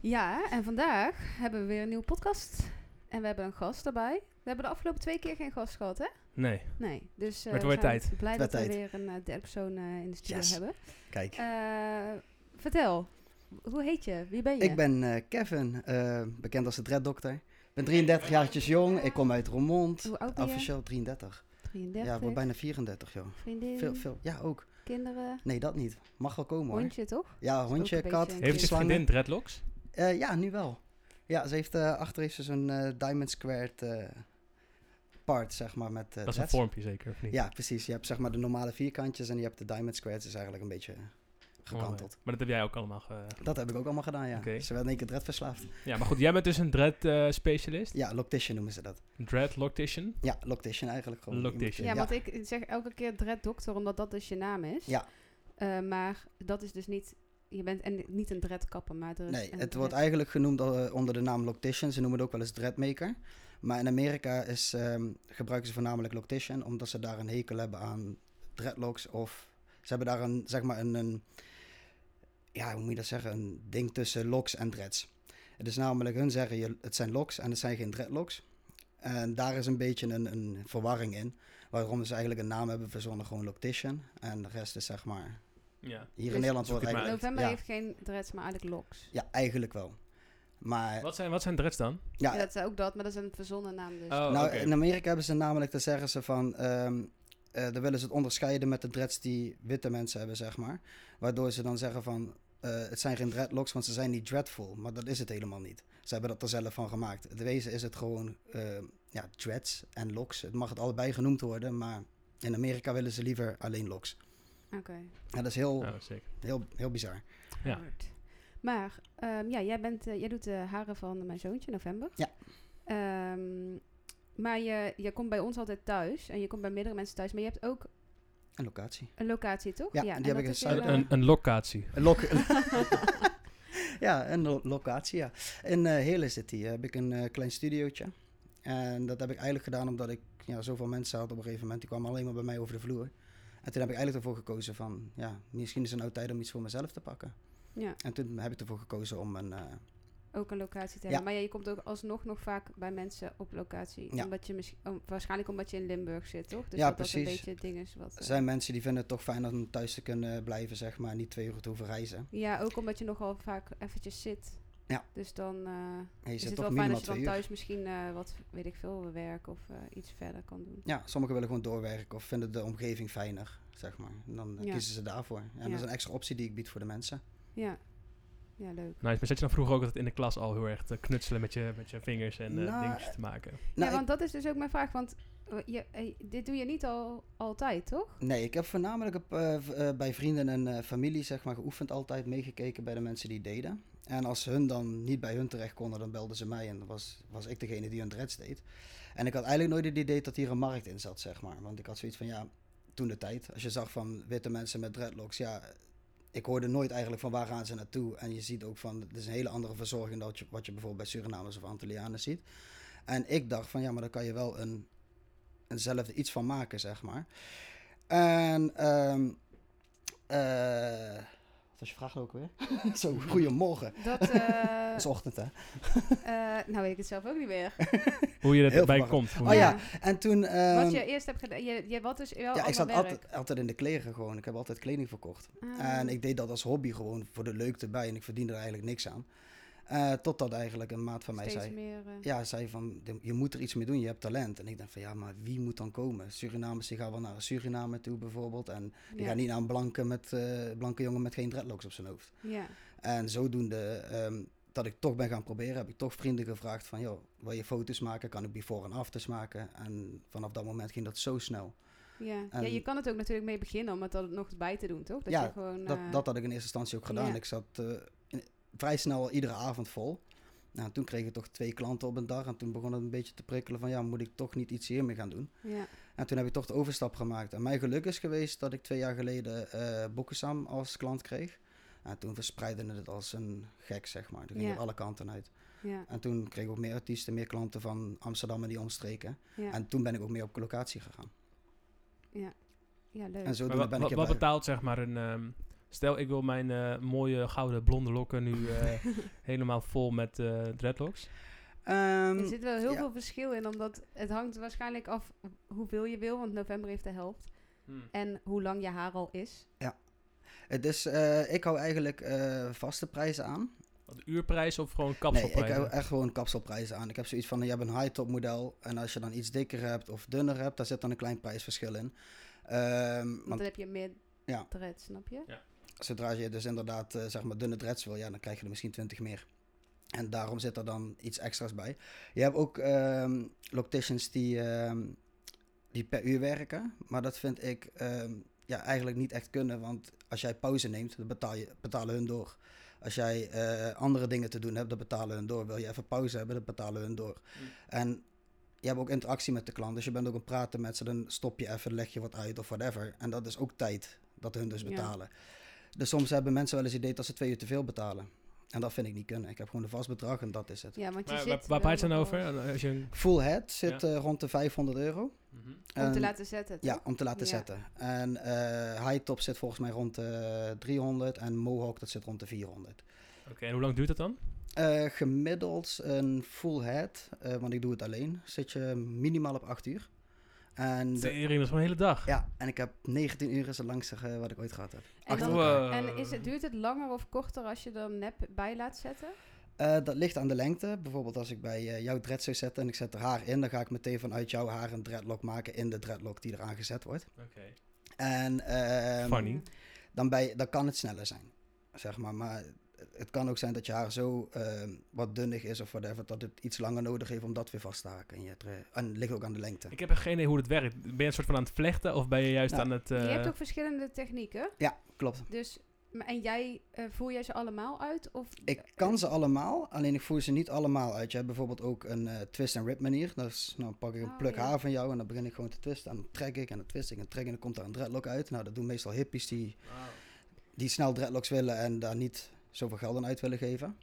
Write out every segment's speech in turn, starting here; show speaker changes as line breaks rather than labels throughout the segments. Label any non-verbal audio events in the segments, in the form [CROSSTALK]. Ja, en vandaag hebben we weer een nieuwe podcast. En we hebben een gast erbij. We hebben de afgelopen twee keer geen gast gehad, hè?
Nee.
Nee. Dus eh,
Maar het
we
wordt
zijn
tijd.
blij dat
Wordt
we
tijd.
weer een eh, derde persoon eh, in de studio
Yes.
hebben.
Kijk,
Eh, vertel, hoe heet je? Wie ben je?
ik ben eh, Kevin, eh, bekend als de dreaddokter. Ik ben 33 jaartjes jong, ik kom uit Roermond.
Hoe oud ben je?
Officieel 33.
33.
Ja, ik word bijna 34, joh.
Vriendin,
Veel, veel. Ja, ook.
kinderen,
Nee, dat niet. Mag wel komen, hoor.
hondje, toch?
Ja, hondje,
Ook een
kat,
beetje-
Heeft je
slangen.
vriendin dreadlocks?
Eh, ja, nu wel. Ja, ze heeft eh, achter heeft ze zo'n eh, diamond squared eh, part, zeg maar, met eh,
Dat is een
dreads.
vormpje zeker, of niet?
Ja, precies. Je hebt zeg maar de normale vierkantjes en je hebt de diamond squares. is eigenlijk een beetje
Gewoon, eh,
gekanteld.
Maar dat heb jij ook allemaal ge-
Dat heb ik ook allemaal gedaan, ja.
Oké.
Ze werd in één keer dreadverslaafd.
Ja, maar goed, jij bent dus een dread eh, specialist.
Ja, loctician noemen ze dat.
Dreadloctician.
Ja, Loctician eigenlijk gewoon. eh,
Loctician.
Ja,
Iemand-
want ik zeg elke keer dread dokter, omdat dat dus je naam is.
Ja.
Eh, maar dat is dus niet... Je bent en, niet een dreadkapper, maar er is
Nee,
een
het wordt
dread-
eigenlijk genoemd eh, onder de naam Loctician. Ze noemen het ook wel eens Dreadmaker. Maar in Amerika is, ehm, gebruiken ze voornamelijk Loctician, omdat ze daar een hekel hebben aan dreadlocks. Of ze hebben daar een, zeg maar, een, een ja, hoe moet je dat zeggen, een ding tussen locks en dreads. Het is namelijk, hun zeggen, je, het zijn locks en het zijn geen dreadlocks. En daar is een beetje een, een verwarring in, waarom ze eigenlijk een naam hebben verzonnen, gewoon Loctician. En de rest is, zeg maar,
Ja.
hier
Dus
in Nederland
zoek
wordt
het maar
eigenlijk...
November
ja.
heeft geen dreads, maar eigenlijk locks.
Ja, eigenlijk wel. Maar
Wat zijn, wat zijn dreads dan?
ja,
Ja, dat is ook dat, maar dat is een verzonnen naam dus.
Oh,
nou,
oké.
in Amerika hebben ze namelijk, dan zeggen ze van, ehm eh, dan willen ze het onderscheiden met de dreads die witte mensen hebben, zeg maar. Waardoor ze dan zeggen van, eh, het zijn geen dreadlocks, want ze zijn niet dreadful. Maar dat is het helemaal niet. Ze hebben dat er zelf van gemaakt. Het wezen is het gewoon, ehm, ja, dreads en locks. Het mag het allebei genoemd worden, maar in Amerika willen ze liever alleen locks.
Oké.
Ja, dat is heel,
Oh, sick.
heel, heel bizar.
Ja.
Hard. Maar ehm, ja, jij, bent, eh, jij doet de haren van mijn zoontje, november.
Ja.
Ehm, maar je, je komt bij ons altijd thuis en je komt bij meerdere mensen thuis, maar je hebt ook
Een locatie.
een locatie, toch?
Ja, die
en
heb
dat
ik
is
dus in
weer,
Een,
Zuid-
eh,
een, een locatie.
Een lok- [LAUGHS] ja, een lo- locatie, ja. In eh Heerlen City heb ik een eh, klein studiootje. En dat heb ik eigenlijk gedaan omdat ik ja, zoveel mensen had op een gegeven moment. Die kwamen alleen maar bij mij over de vloer. En toen heb ik eigenlijk ervoor gekozen van... Ja, misschien is het nou tijd om iets voor mezelf te pakken.
eh, ja,
En toen heb ik ervoor gekozen om een... eh,
ook een locatie te
Ja.
hebben. Maar ja, je komt ook alsnog nog vaak bij mensen op locatie.
Ja.
Omdat je misschien, om- waarschijnlijk omdat je in Limburg zit, toch? Dus
Ja,
dat dat een
precies.
beetje het ding is wat...
er
eh,
zijn mensen die vinden het toch fijn om thuis te kunnen blijven, zeg maar. en Niet twee uur te hoeven reizen.
ja, ook omdat je nogal vaak eventjes zit.
Ja.
Dus dan... eh,
En je
Is
zit
het
toch
wel fijn
minimaal
als je dan
twee uur.
thuis misschien eh, wat, weet ik veel, werk of eh, iets verder kan doen.
Ja, sommigen willen gewoon doorwerken of vinden de omgeving fijner, zeg maar. En dan eh,
Ja.
kiezen ze daarvoor. En
Ja.
dat is een extra optie die ik bied voor de mensen.
Ja, ja leuk.
Nice. Maar zat je dan vroeger ook altijd in de klas al heel erg te knutselen met je, met je vingers en eh,
Nou,
dingetjes te maken?
Nou,
ja,
ik-
want dat is dus ook mijn vraag, want eh, je, eh, dit doe je niet al, altijd, toch?
Nee, ik heb voornamelijk op, eh, v- eh, bij vrienden en eh, familie zeg maar, geoefend, altijd meegekeken bij de mensen die het deden. En als hun dan niet bij hun terecht konden, dan belden ze mij en dan was, was ik degene die hun dreads deed. En ik had eigenlijk nooit het idee dat hier een markt in zat, zeg maar. Want ik had zoiets van, ja, toen de tijd, als je zag van witte mensen met dreadlocks, ja, ik hoorde nooit eigenlijk van waar gaan ze naartoe. En je ziet ook van, het is een hele andere verzorging dan wat je, wat je bijvoorbeeld bij Surinamers of Antillianen ziet. En ik dacht van, ja, maar daar kan je wel een, eenzelfde iets van maken, zeg maar. En, ehm eh, wat was je vraag nou ook weer? [LAUGHS] Zo, goedemorgen. [LAUGHS]
Dat, eh,
Het is ochtend, hè?
eh, nou weet ik het zelf ook niet meer.
Hoe je erbij
Heel verwarrend.
komt. Hoe
Oh
[LAUGHS]
je-
ja, en toen... ehm,
wat je eerst hebt gedaan, je, je wat dus wel
ja, ik
allemaal
zat
werk.
altijd, altijd in de kleren gewoon. Ik heb altijd kleding verkocht.
Ah.
En ik deed dat als hobby gewoon voor de leukte bij en ik verdiende er eigenlijk niks aan. Eh, totdat eigenlijk een maat van mij
Steeds
zei...
meer, eh,
Ja, zei van, "Je- je moet er iets mee doen, je hebt talent. En ik dacht van, ja, maar wie moet dan komen? Surinamers, die gaan wel naar een Suriname toe bijvoorbeeld. En die
ja,
gaan niet naar een blanke, met, eh, blanke jongen met geen dreadlocks op zijn hoofd.
ja.
En zodoende ehm, dat ik toch ben gaan proberen, heb ik toch vrienden gevraagd van, joh, wil je foto's maken? Kan ik before en afters maken? En vanaf dat moment ging dat zo snel.
Ja. ja,
En-
je kan het ook natuurlijk mee beginnen om het dan nog bij te doen, toch? Dat
Ehm, Ja,
je gewoon,
Dat,
eh,
dat had ik in eerste instantie ook gedaan.
Ja.
Ik zat eh, in- vrij snel iedere avond vol. Nou, toen kreeg ik toch twee klanten op een dag en toen begon het een beetje te prikkelen van, ja, moet ik toch niet iets hiermee gaan doen?
ja.
En toen heb ik toch de overstap gemaakt. En mijn geluk is geweest dat ik twee jaar geleden eh Bokusam als klant kreeg. En toen verspreidde het als een gek, zeg maar. Toen ging
Ja.
er alle kanten uit.
ja,
En toen kreeg ik ook meer artiesten, meer klanten van Amsterdam en die omstreken.
ja,
En toen ben ik ook meer op locatie gegaan.
ja, leuk.
En
Maar
zodoende
wat,
Oh,
wat-
ben ik
wat
erbij.
betaalt zeg maar een, ehm, Stel, ik wil mijn eh, mooie gouden blonde lokken nu eh,
[LAUGHS]
helemaal vol met eh, dreadlocks.
Ehm,
Er zit wel heel
ja.
veel verschil in, omdat het hangt waarschijnlijk af hoeveel je wil, want november heeft de helft.
Hmm.
En hoe lang je haar al is.
het is, eh, ik hou eigenlijk eh, vaste prijzen aan.
Wat uurprijs of gewoon
Nee, ik eh,
kapselprijs?
hou echt gewoon kapselprijzen aan. Ik heb zoiets van, je hebt een high-top model. En als je dan iets dikker hebt of dunner hebt, daar zit dan een klein prijsverschil in. Ehm,
Want,
want
dan heb je meer
Ja.
dread, snap je?
zodra je dus inderdaad eh, zeg maar dunne dreads wil, ja, dan krijg je er misschien 20 meer. En daarom zit er dan iets extra's bij. Je hebt ook ehm locticians die, ehm, die per uur werken. Maar dat vind ik ehm, ja, eigenlijk niet echt kunnen. Want als jij pauze neemt, dan betaal je, betalen hun door. Als jij eh, andere dingen te doen hebt, dan betalen hun door. Wil je even pauze hebben, dan betalen hun door.
Mm.
En je hebt ook interactie met de klant. Dus je bent ook aan het praten met ze. Dan stop je even, leg je wat uit of whatever. En dat is ook tijd dat hun dus
Ja.
betalen. Dus soms hebben mensen wel eens het idee dat ze twee uur te veel betalen. En dat vind ik niet kunnen. Ik heb gewoon een vast bedrag en dat is het.
Ja, want je
Maar
zit
waar, waar
wel
praat je dan
nog wel-
over? Als je een-
Full head zit eh, rond de 500 euro.
Mhm.
Om te
En-
laten zetten,
Ehm, Ja,
toch?
om te
Ja.
laten zetten. En eh, high top zit volgens mij rond de 300 en mohawk dat zit rond de 400.
Oké, en hoe lang duurt dat dan?
Eh, gemiddeld een full head, eh, want ik doe het alleen, zit je minimaal op 8 uur. En, de-
Tering, dat is gewoon een hele dag.
ja, en ik heb 19 uur is het langste eh, wat ik ooit gehad heb.
En,
achter
dan-
elkaar.
Wow.
en is het, duurt het langer of korter als je er nep bij laat zetten?
Eh, dat ligt aan de lengte. Bijvoorbeeld als ik bij eh, jouw dread zou zetten en ik zet er haar in, dan ga ik meteen vanuit jouw haar een dreadlock maken in de dreadlock die eraan gezet wordt.
Oké.
En ehm,
Funny.
Ja.
dan, bij, dan kan het sneller zijn, zeg maar. Maar het kan ook zijn dat je haar zo ehm, wat dunnig is of whatever, dat het iets langer nodig heeft om dat weer vast te haken. En, je dre- en het ligt ook aan de lengte.
Ik heb echt geen idee hoe dat werkt. Ben je een soort van aan het vlechten of ben je juist
Nou,
aan het...
Je
eh,
hebt ook verschillende technieken.
Ja, klopt.
Dus, maar- en jij, eh, voer jij ze allemaal uit? Of,
Ik kan ze allemaal, alleen ik voer ze niet allemaal uit. Je hebt bijvoorbeeld ook een eh, twist and rip manier. Dat is, nou pak ik een
Oh,
pluk
ja.
haar van jou en dan begin ik gewoon te twisten. En dan trek ik en dan twist ik en trek ik en dan komt daar een dreadlock uit. Nou, dat doen meestal hippies die, die snel dreadlocks willen en daar niet zoveel geld aan uit willen geven.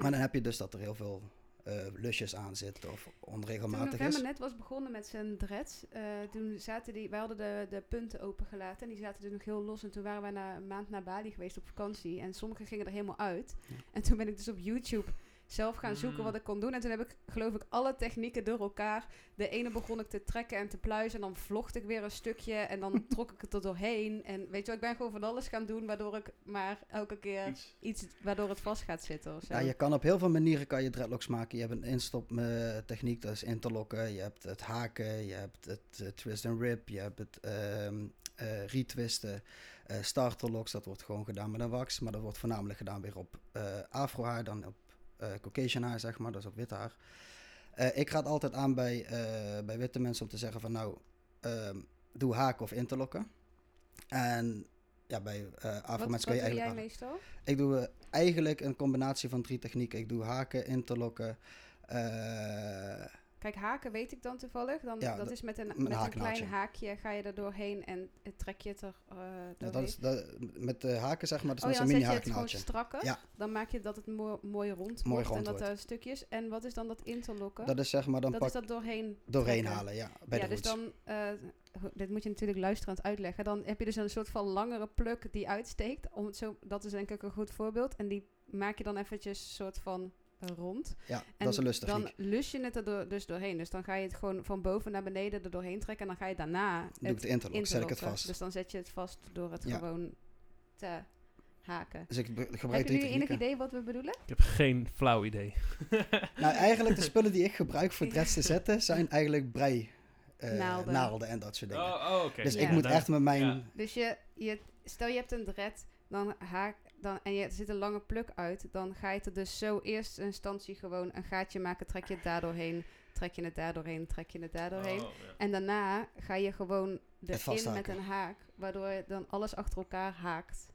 Maar dan heb je dus dat er heel veel eh, lusjes aan zitten of
Toen
onregelmatig
november
is.
net was begonnen met zijn dreads, eh, toen zaten die, wij hadden de, de punten opengelaten en die zaten dus nog heel los. En toen waren wij na, een maand naar Bali geweest op vakantie en sommigen gingen er helemaal uit.
Ja.
En toen ben ik dus op YouTube zelf gaan zoeken
Mm.
wat ik kon doen. En toen heb ik geloof ik alle technieken door elkaar. De ene begon ik te trekken en te pluizen en dan vlocht ik weer een stukje en
[LAUGHS]
dan trok ik het er doorheen. En weet je wel, ik ben gewoon van alles gaan doen waardoor ik maar elke keer iets, waardoor het vast gaat zitten of zo.
Ja, je kan op heel veel manieren kan je dreadlocks maken. Je hebt een instop eh, techniek, dat is interlokken. Je hebt het haken, je hebt het eh, twist and rip, je hebt het ehm eh, retwisten. Eh, starterlocks, dat wordt gewoon gedaan met een wax. Maar dat wordt voornamelijk gedaan weer op eh afro haar dan op eh, Caucasian haar, zeg maar. Dus op wit haar. Eh, ik raad altijd aan bij, eh, bij witte mensen om te zeggen van nou, ehm, doe haken of interlokken. En ja, bij eh afro
wat
mensen
wat
kun
doe
je eigenlijk...
jij
aan-
meestal?
ik doe eh, eigenlijk een combinatie van drie technieken. Ik doe haken, interlokken. eh,
Kijk, haken weet ik dan toevallig. Dan,
Ja,
dat
dat-
is met een,
met een
met een
haaknaaldje.
klein haakje ga je er doorheen en eh, trek je het er eh doorheen.
nou, dat is, dat, met de haken zeg maar, dat is
oh
net
ja, dan
zo'n
zet
mini
je het gewoon
haaknaaldje.
strakker.
Ja.
Dan maak je dat het mooi, mooi rond
Mooi
wordt
rond
en dat
wordt.
er stukjes. En wat is dan dat interlokken?
Dat is zeg maar, dan
dat
pak
is dat doorheen
doorheen
trekken.
halen, ja, bij
ja,
de
dus
roots.
dan, eh, ho- dit moet je natuurlijk luisterend uitleggen. Dan heb je dus een soort van langere pluk die uitsteekt. Om het zo, dat is denk ik een goed voorbeeld. En die maak je dan eventjes soort van eh, rond.
ja,
En
dat is een lustechniek.
Dan lus je het er door- dus doorheen. Dus dan ga je het gewoon van boven naar beneden er doorheen trekken. En dan ga je daarna
doe ik de interlock, zet ik het
interlokken.
vast. Dus,
Dus dan zet je het vast door het
Ja.
gewoon te haken.
Dus ik be- gebruik
Heb je
drie
nu enig
technieken.
idee wat we bedoelen?
Ik heb geen flauw idee.
Nou, eigenlijk de spullen die ik gebruik voor
[LAUGHS]
dreads te zetten zijn eigenlijk brei eh,
Naalden.
naalden. en dat soort
Oh,
dingen.
oh, oké.
Dus
Ja.
ik moet
nou,
echt met mijn...
ja.
Dus je, je, stel je hebt een dread dan haak, dan, en je, er zit een lange pluk uit. Dan ga je het er dus zo eerst in instantie gewoon een gaatje maken. Trek je het daar doorheen. Trek je het daar doorheen. Trek je het daar doorheen.
oh, ja.
En daarna ga je gewoon erin met
vasthaken.
een haak, waardoor je dan alles achter elkaar haakt.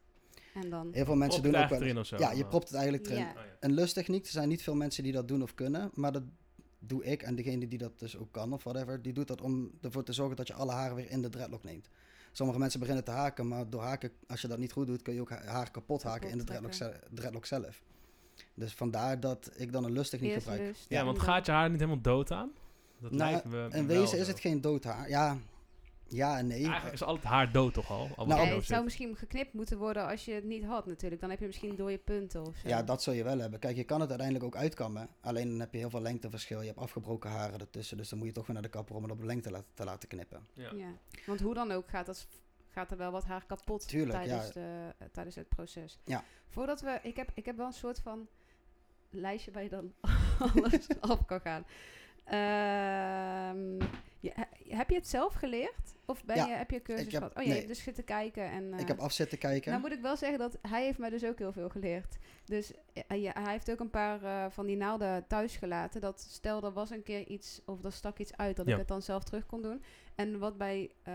En dan...
Heel veel mensen
Prop
doen
het
ook wel...
achterin of zo.
Ja, je
Oh.
propt het eigenlijk erin.
Ja.
Oh, ja.
een lusttechniek. Er zijn niet veel mensen die dat doen of kunnen, maar dat doe ik. En degene die dat dus ook kan of whatever, die doet dat om ervoor te zorgen dat je alle haren weer in de dreadlock neemt. Sommige mensen beginnen te haken, maar door haken, als je dat niet goed doet, kun je ook ha- haar kapot haken in de dreadlock,
Kapot
ze- dreadlock zelf. Dus vandaar dat ik dan een lusttechniek
Eerst
gebruik.
lust,
Ja,
en
want
dan-
gaat je haar niet helemaal dood aan? Dat
Nou,
lijkt me
In
wel
wezen is
zo.
het geen dood haar. Ja, Ja en nee.
Eigenlijk is altijd haar dood toch al? al wat
Nou,
er
Nee,
zo
het zou
zit.
misschien geknipt moeten worden als je het niet had natuurlijk. Dan heb je misschien dode punten of zo.
Ja, dat zul je wel hebben. Kijk, je kan het uiteindelijk ook uitkammen. Alleen dan heb je heel veel lengteverschil. Je hebt afgebroken haren ertussen. Dus dan moet je toch weer naar de kapper om het op lengte laten- te laten knippen.
Ja.
Ja. Want hoe dan ook gaat, dat, gaat er wel wat haar kapot
Tuurlijk,
tijdens,
ja.
de, eh, tijdens het proces.
Ja.
Voordat we, ik heb, ik heb wel een soort van lijstje waar je dan [LAUGHS] alles af kan gaan. Ehm, je- he- heb je het zelf geleerd? Of ben
Ja,
je, heb je cursus
ik heb-
gehad? Oh, je
nee.
hebt dus zitten kijken. En, eh,
Ik heb af zitten kijken.
nou moet ik wel zeggen dat hij heeft mij dus ook heel veel geleerd. Dus eh, ja, hij heeft ook een paar eh, van die naalden thuis gelaten. Dat stel er was een keer iets of er stak iets uit dat
Ja.
ik het dan zelf terug kon doen. En wat bij, eh,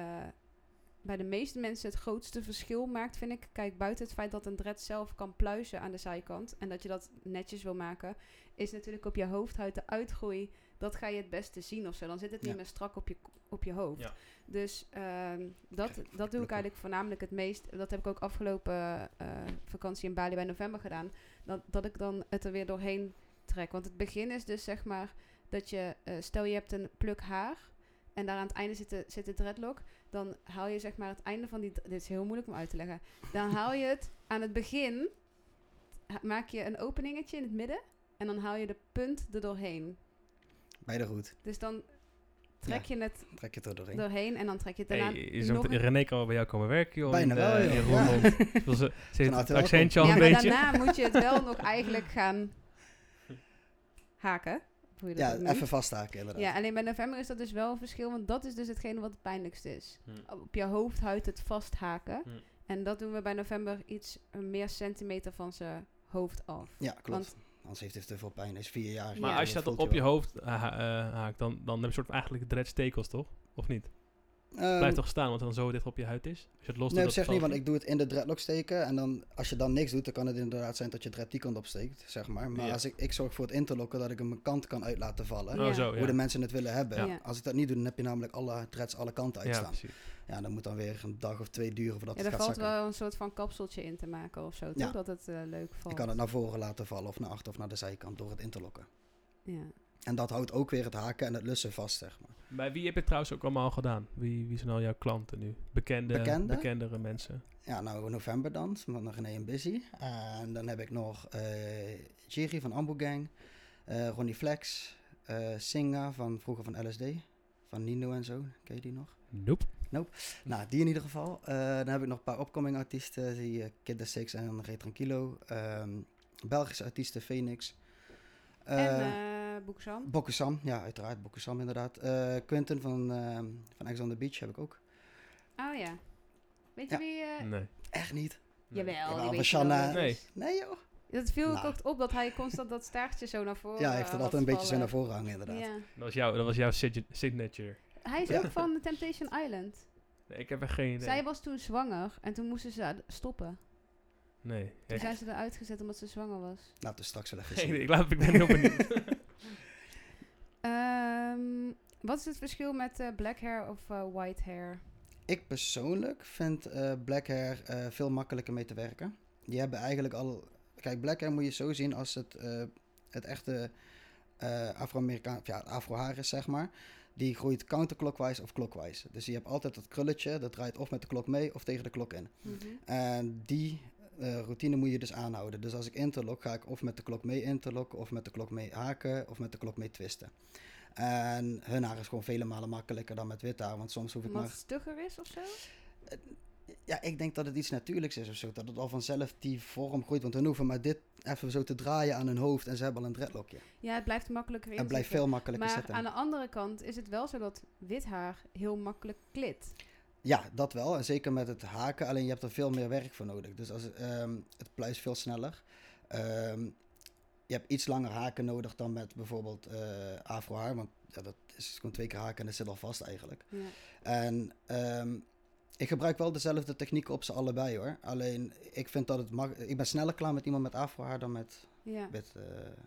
bij de meeste mensen het grootste verschil maakt, vind ik. Kijk, buiten het feit dat een dread zelf kan pluizen aan de zijkant en dat je dat netjes wil maken, is natuurlijk op je hoofdhuid de uitgroei. Dat ga je het beste zien of zo. Dan zit het niet
Ja.
meer strak op je, op je hoofd.
Ja.
Dus ehm, dat, dat
Kijk,
doe ik
gelukkig.
eigenlijk voornamelijk het meest. Dat heb ik ook afgelopen eh, vakantie in Bali bij november gedaan. Dat, dat ik dan het er weer doorheen trek. Want het begin is dus zeg maar dat je, eh, stel je hebt een pluk haar en daar aan het einde zit de, zit de dreadlock. Dan haal je zeg maar het einde van die. Dit is heel moeilijk om uit te leggen. Dan haal je het aan het begin, ha- maak je een openingetje in het midden en dan haal je de punt er doorheen.
Bij de roet.
Dus dan trek je het
Trek je het er doorheen.
doorheen en dan trek je het daarna
Hey, is
nog
ook-
een-
René kan wel bij jou komen werken, joh.
Bijna
in,
wel,
eh,
joh.
in
Ja.
[LAUGHS] Roermond.
[LAUGHS]
Ik bedoel, Ze, ze heeft
Vanuit
het
welkom.
accentje al
ja,
een
maar
beetje.
daarna moet je het wel nog eigenlijk gaan [LAUGHS] haken. Of Hoe je dat
Ja,
ook noemt.
even vasthaken inderdaad.
Ja, alleen bij november is dat dus wel een verschil, want dat is dus hetgene wat het pijnlijkste is.
Hm.
Op je hoofdhuid het vasthaken.
Hmm.
En dat doen we bij november iets eh, meer centimeter van zijn hoofd af.
Ja, klopt. Anders heeft hij te veel pijn. Hij is vier jaar.
Maar
Ja.
als je dat
voelt
op je
wel.
hoofd eh, ha- eh, haakt, dan, dan heb je soort van eigenlijk dreadstekels, toch? Of niet?
Ehm,
Blijft toch staan, want dan zo dicht op je huid is. Als je het los doet,
Nee, op
dat
zich niet,
zal-
want ik doe het in de dreadlock steken. En dan, als je dan niks doet, dan kan het inderdaad zijn dat je dread die kant opsteekt, zeg maar. Maar
Ja.
als ik, ik zorg voor het interlokken dat ik hem een kant kan uit laten vallen.
Ja.
Oh, zo, ja.
Hoe de mensen het willen hebben.
Ja.
Als ik dat niet doe, dan heb je namelijk alle dreads alle kanten
ja,
uitstaan.
precies.
Ja, dan moet dan weer een dag of twee duren voordat
Ja,
het
daar
gaat
valt
zakken.
wel een soort van kapseltje in te maken of zo, toch?
Ja.
Dat het eh, leuk valt.
Je kan het naar voren laten vallen of naar achter of naar de zijkant door het interlokken.
ja.
En dat houdt ook weer het haken en het lussen vast, zeg maar.
Bij wie heb je het trouwens ook allemaal gedaan? Wie, wie zijn al jouw klanten nu? Bekende,
Bekende?
Bekendere mensen.
Ja, nou, november dan, van René en Busy. En dan heb ik nog eh Jerry van Ambu Gang, eh, Ronnie Flex, eh, Singa van vroeger van LSD, van Nino en zo, ken je die nog?
Nope.
Nou, die in ieder geval. Eh, dan heb ik nog een paar opkoming artiesten, die eh, Kid The Six en Ray Tranquilo. Ehm, Belgische artiesten, Phoenix.
en
Eh,
eh Boekzam.
Bokusam, ja, uiteraard. Bokusam, inderdaad. Eh, Quentin van, ehm van Ex on the Beach heb ik ook.
Oh ja. Weet je
Ja.
wie... eh,
Nee.
Echt niet?
Jawel, die
Jawel,
weet
van
je wel
Shanna.
wie het is.
Nee, joh.
Dat viel
Nou.
ook op, dat hij constant dat staartje zo naar voren
ja, hij heeft
eh,
het
had
altijd een beetje zo
vallen.
naar voren hangen, inderdaad.
Ja.
Dat was, jouw, dat was jouw sig- signature.
Hij is
Ja.
ook van Temptation [LAUGHS] Island.
Nee, ik heb er geen idee.
Zij was toen zwanger en toen moesten ze haar stoppen.
Nee.
Toen
Ik,
zijn ze eruit gezet omdat ze zwanger was.
Laten we straks wel even
geen idee.
zien.
ik, laat, ik ben
[LAUGHS]
heel benieuwd.
Ehm, wat is het verschil met eh, black hair of eh, white hair?
Ik persoonlijk vind eh, Black Hair eh, veel makkelijker mee te werken. Die hebben eigenlijk al... Kijk, Black Hair moet je zo zien als het, eh, het echte eh Afro-Amerikaan... of Ja, Afro-haar is, zeg maar. Die groeit counterclockwise of clockwise. Dus je hebt altijd dat krulletje, dat draait of met de klok mee of tegen de klok in. En die eh, routine moet je dus aanhouden. Dus als ik interlock, ga ik of met de klok mee interlocken, of met de klok mee haken, of met de klok mee twisten. En hun haar is gewoon vele malen makkelijker dan met wit haar. Want soms hoef ik
Omdat
maar.
het stugger is of zo?
Ja, ik denk dat het iets natuurlijks is of zo. Dat het al vanzelf die vorm groeit. Want hun hoeven maar dit even zo te draaien aan hun hoofd. En ze hebben al een dreadlockje.
Ja, het blijft makkelijker in
En blijft veel makkelijker
Maar
zitten.
aan de andere kant is het wel zo dat wit haar heel makkelijk klit.
Ja, dat wel. En zeker met het haken. Alleen je hebt er veel meer werk voor nodig. Dus als, ehm, het pluist veel sneller. Ehm, je hebt iets langer haken nodig dan met bijvoorbeeld eh afrohaar. Want ja, dat is gewoon twee keer haken en dat zit al vast eigenlijk.
Ja.
En ehm, ik gebruik wel dezelfde technieken op ze allebei hoor. Alleen ik vind dat het mag. Ik ben sneller klaar met iemand met afrohaar dan met
Ja.
wit, eh,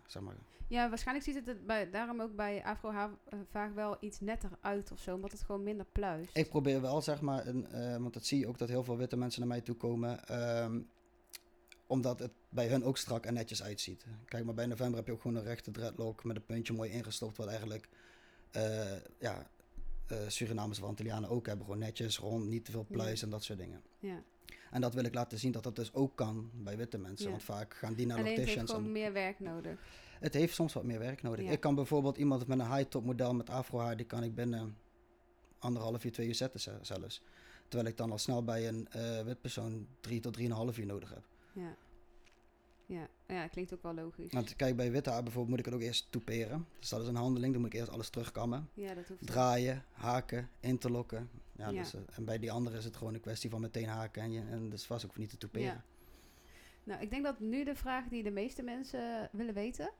zeg maar.
Ja, waarschijnlijk ziet het er bij, daarom ook bij afro haar eh, vaak wel iets netter uit of zo, omdat het gewoon minder pluist.
Ik probeer wel, zeg maar, een, eh, want dat zie je ook dat heel veel witte mensen naar mij toe komen. ehm, omdat het bij hun ook strak en netjes uitziet. Kijk, maar bij november heb je ook gewoon een rechte dreadlock met een puntje mooi ingestopt. Wat eigenlijk eh, ja, eh, Surinamers of Antillianen ook hebben. Gewoon netjes, rond, niet te veel pluis en dat soort dingen.
Ja.
En dat wil ik laten zien dat dat dus ook kan bij witte mensen.
Ja.
Want vaak gaan die naar
Alleen het heeft
opticians.
gewoon
en-
meer werk nodig.
Het heeft soms wat meer werk nodig.
Ja.
Ik kan bijvoorbeeld iemand met een high-top model met afrohaar, die kan ik binnen anderhalf uur, twee uur zetten ze- zelfs. Terwijl ik dan al snel bij een eh, wit persoon drie tot drieënhalf uur nodig heb.
Ja. Ja. ja, klinkt ook wel logisch.
Want kijk, bij witte haar bijvoorbeeld moet ik het ook eerst toeperen. Dus dat is een handeling, dan moet ik eerst alles terugkammen.
Ja, dat hoeft
Draaien, haken, interlokken. Ja,
Ja.
Dus, eh, en bij die andere is het gewoon een kwestie van meteen haken en, je, en dus was ook niet te toeperen.
Ja. Nou, ik denk dat nu de vraag die de meeste mensen eh, willen weten...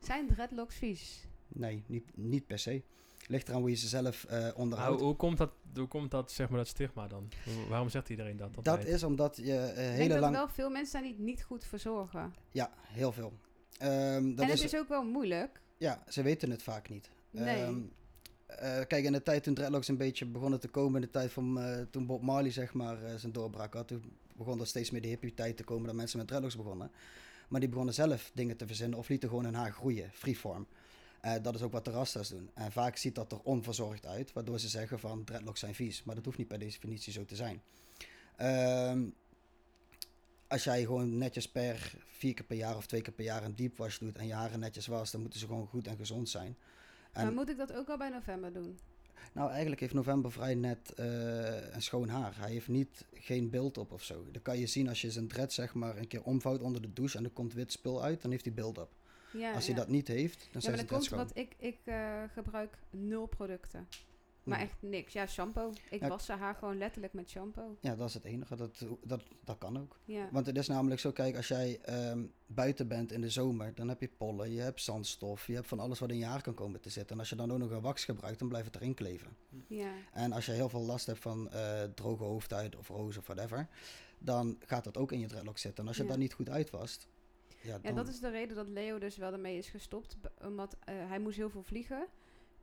Zijn dreadlocks vies?
Nee, niet, niet per se. Ligt eraan hoe je ze zelf eh
Maar hoe,
onderhoudt.
hoe komt dat, hoe komt dat, zeg maar, dat stigma dan? Hoe- waarom zegt iedereen dat? Dat,
dat
wij-
is omdat je eh,
Ik denk
hele
dat er
lang...
wel veel mensen zijn die het niet goed verzorgen.
Ja, heel veel. Ehm, dat
en
is,
het is ook wel moeilijk.
Ja, ze weten het vaak niet.
Nee.
Ehm, eh, kijk, in de tijd toen dreadlocks een beetje begonnen te komen, in de tijd van eh, toen Bob Marley zeg maar eh, zijn doorbraak had, toen begon dat steeds meer de hippie tijd te komen dat mensen met dreadlocks begonnen. Maar die begonnen zelf dingen te verzinnen of lieten gewoon hun haar groeien, freeform. Eh, dat is ook wat de rasta's doen. En vaak ziet dat er onverzorgd uit, waardoor ze zeggen van dreadlocks zijn vies. Maar dat hoeft niet per definitie zo te zijn. Ehm, als jij gewoon netjes per vier keer per jaar of twee keer per jaar een deep wash doet en je haren netjes was, dan moeten ze gewoon goed en gezond zijn. En-
Maar moet ik dat ook al bij november doen?
Nou, eigenlijk heeft November vrij net eh, een schoon haar. Hij heeft niet, geen beeld op of zo. Dat kan je zien als je zijn dread zeg maar een keer omvouwt onder de douche en er komt wit spul uit, dan heeft hij beeld op.
Ja,
als hij
ja.
dat niet heeft, dan
Ja,
zijn
maar
ze
dat
dread
komt
schoon.
omdat ik, ik eh, gebruik nul producten. Maar
Ja.
echt niks. Ja, shampoo. Ik
Mm. Ja,
was was haar haar gewoon letterlijk met shampoo.
Ja, dat is het enige. Dat, dat, dat kan ook.
Ja,
Want het is namelijk zo, kijk, als jij ehm, buiten bent in de zomer, dan heb je pollen, je hebt zandstof, je hebt van alles wat in je haar kan komen te zitten. En als je dan ook nog een wax gebruikt, dan blijft het erin kleven.
ja.
En als je heel veel last hebt van eh, droge hoofdhuid of roos of whatever, dan gaat dat ook in je dreadlock zitten. En als je
Ja.
dat niet goed uitwast, ja,
ja,
dan-
dat is de reden dat Leo dus wel ermee is gestopt. b- Omdat eh, hij moest heel veel vliegen.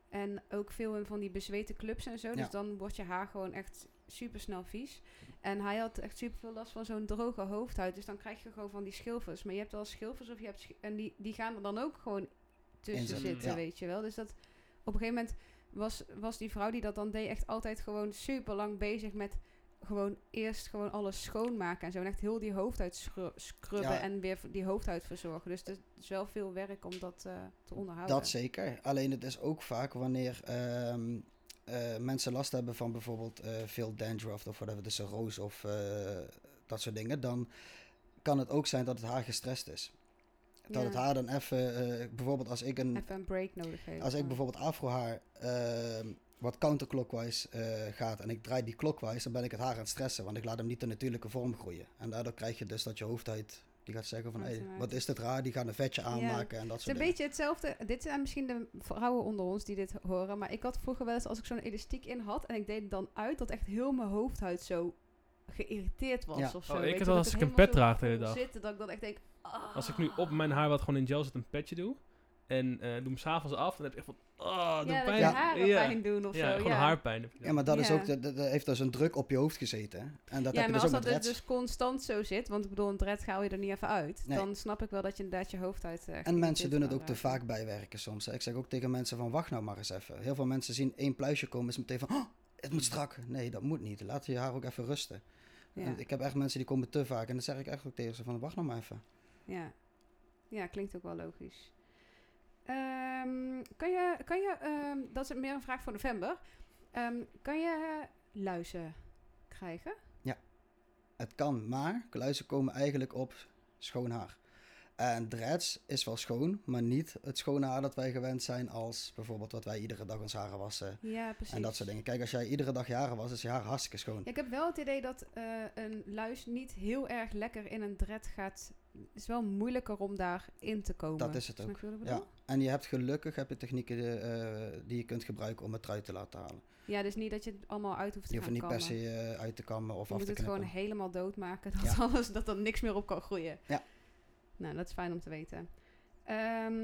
En ook veel in van die bezweten clubs en zo. Dus
Ja.
dan wordt je haar gewoon echt super snel vies. En hij had echt super veel last van zo'n droge hoofdhuid. Dus dan krijg je gewoon van die schilfers. Maar je hebt wel schilfers of je hebt. schi- En die, die gaan er dan ook gewoon tussen
Inzetten,
zitten,
ja.
weet je wel. Dus dat op een gegeven moment was, was die vrouw die dat dan deed echt altijd gewoon super lang bezig met gewoon eerst gewoon alles schoonmaken en zo. En echt heel die hoofdhuid schru- scrubben
Ja.
en weer v- die hoofdhuid verzorgen. Dus het is wel veel werk om dat eh, te onderhouden.
dat zeker. Alleen het is ook vaak wanneer ehm, eh, mensen last hebben van bijvoorbeeld eh, veel dandruff of whatever, dus een roos of eh, dat soort dingen, dan kan het ook zijn dat het haar gestrest is. Dat het haar dan even, eh, bijvoorbeeld als ik een,
Even een break nodig heeft.
Als ik
Ja.
bijvoorbeeld afrohaar ehm wat counterclockwise eh, gaat en ik draai die clockwise, dan ben ik het haar aan het stressen, want ik laat hem niet de natuurlijke vorm groeien. En daardoor krijg je dus dat je hoofdhuid, die gaat zeggen van, hé,
Automatisch.
wat is dit raar? Die gaan een vetje aanmaken en
Het
dat
is
soort
een
dingen.
beetje hetzelfde. Dit zijn misschien de vrouwen onder ons die dit horen. Maar ik had vroeger wel eens als ik zo'n elastiek in had. En ik deed het dan uit dat echt heel mijn hoofdhuid zo geïrriteerd was.
Ja.
Of zo,
Oh, ik
weet
heb
je,
wel
dat
als ik een
helemaal
pet
zo
draag de hele
vol
dag.
Zitten, dat ik dan echt denk. ah.
Als ik nu op mijn haar wat gewoon in gel zit een petje doe en eh, doe hem s'avonds af, dan heb ik echt van, oh, doe
ja, dat
pijn.
je haren
ja.
pijn doen of
ja,
zo.
gewoon
ja.
haarpijn. heb ik
Ja, maar dat is
Ja.
ook, dat, dat heeft dus een druk op je hoofd gezeten. hè. En
ja,
dat heb je
maar
dus
als
ook
dat
met
dus,
dreads.
dus constant zo zit, want ik bedoel, een dread haal je er niet even uit.
Nee.
Dan snap ik wel dat je inderdaad je hoofd uit. eh,
En mensen
geïrriteerd
doen het
kan
ook te
raken.
vaak bijwerken soms. hè. Ik zeg ook tegen mensen van, wacht nou maar eens even. Heel veel mensen zien één pluisje komen, is meteen van, oh, het moet strak. Nee, dat moet niet. Laat je haar ook even rusten.
Ja.
En Ik heb echt mensen die komen te vaak en dan zeg ik echt ook tegen ze van, wacht nou maar even.
Ja. ja, klinkt ook wel logisch. Ehm, kan je, kan je ehm, dat is meer een vraag voor november. Ehm, kan je luizen krijgen?
Het kan, maar kluizen komen eigenlijk op schoon haar. En dreads is wel schoon, maar niet het schone haar dat wij gewend zijn als bijvoorbeeld wat wij iedere dag ons haren wassen
Ja, precies.
en dat soort dingen. Kijk, als jij iedere dag je haren was, is je haar hartstikke schoon.
Ja, ik heb wel het idee dat eh, een luis niet heel erg lekker in een dread gaat. Het is wel moeilijker om daarin te komen.
Dat is het
Snap
ook,
je wat ik
Ja.
bedoel?
En je hebt gelukkig heb je technieken eh, die je kunt gebruiken om het eruit te laten halen.
Ja, dus niet dat je het allemaal uit hoeft te
Je hoeft
gaan
het niet per
kammen.
se eh, uit te kammen of
Je
af
moet
te
het gewoon
knippen.
helemaal doodmaken. Dat, [LAUGHS] alles, dat er niks meer op kan groeien.
Ja.
Nou, dat is fijn om te weten. Ehm,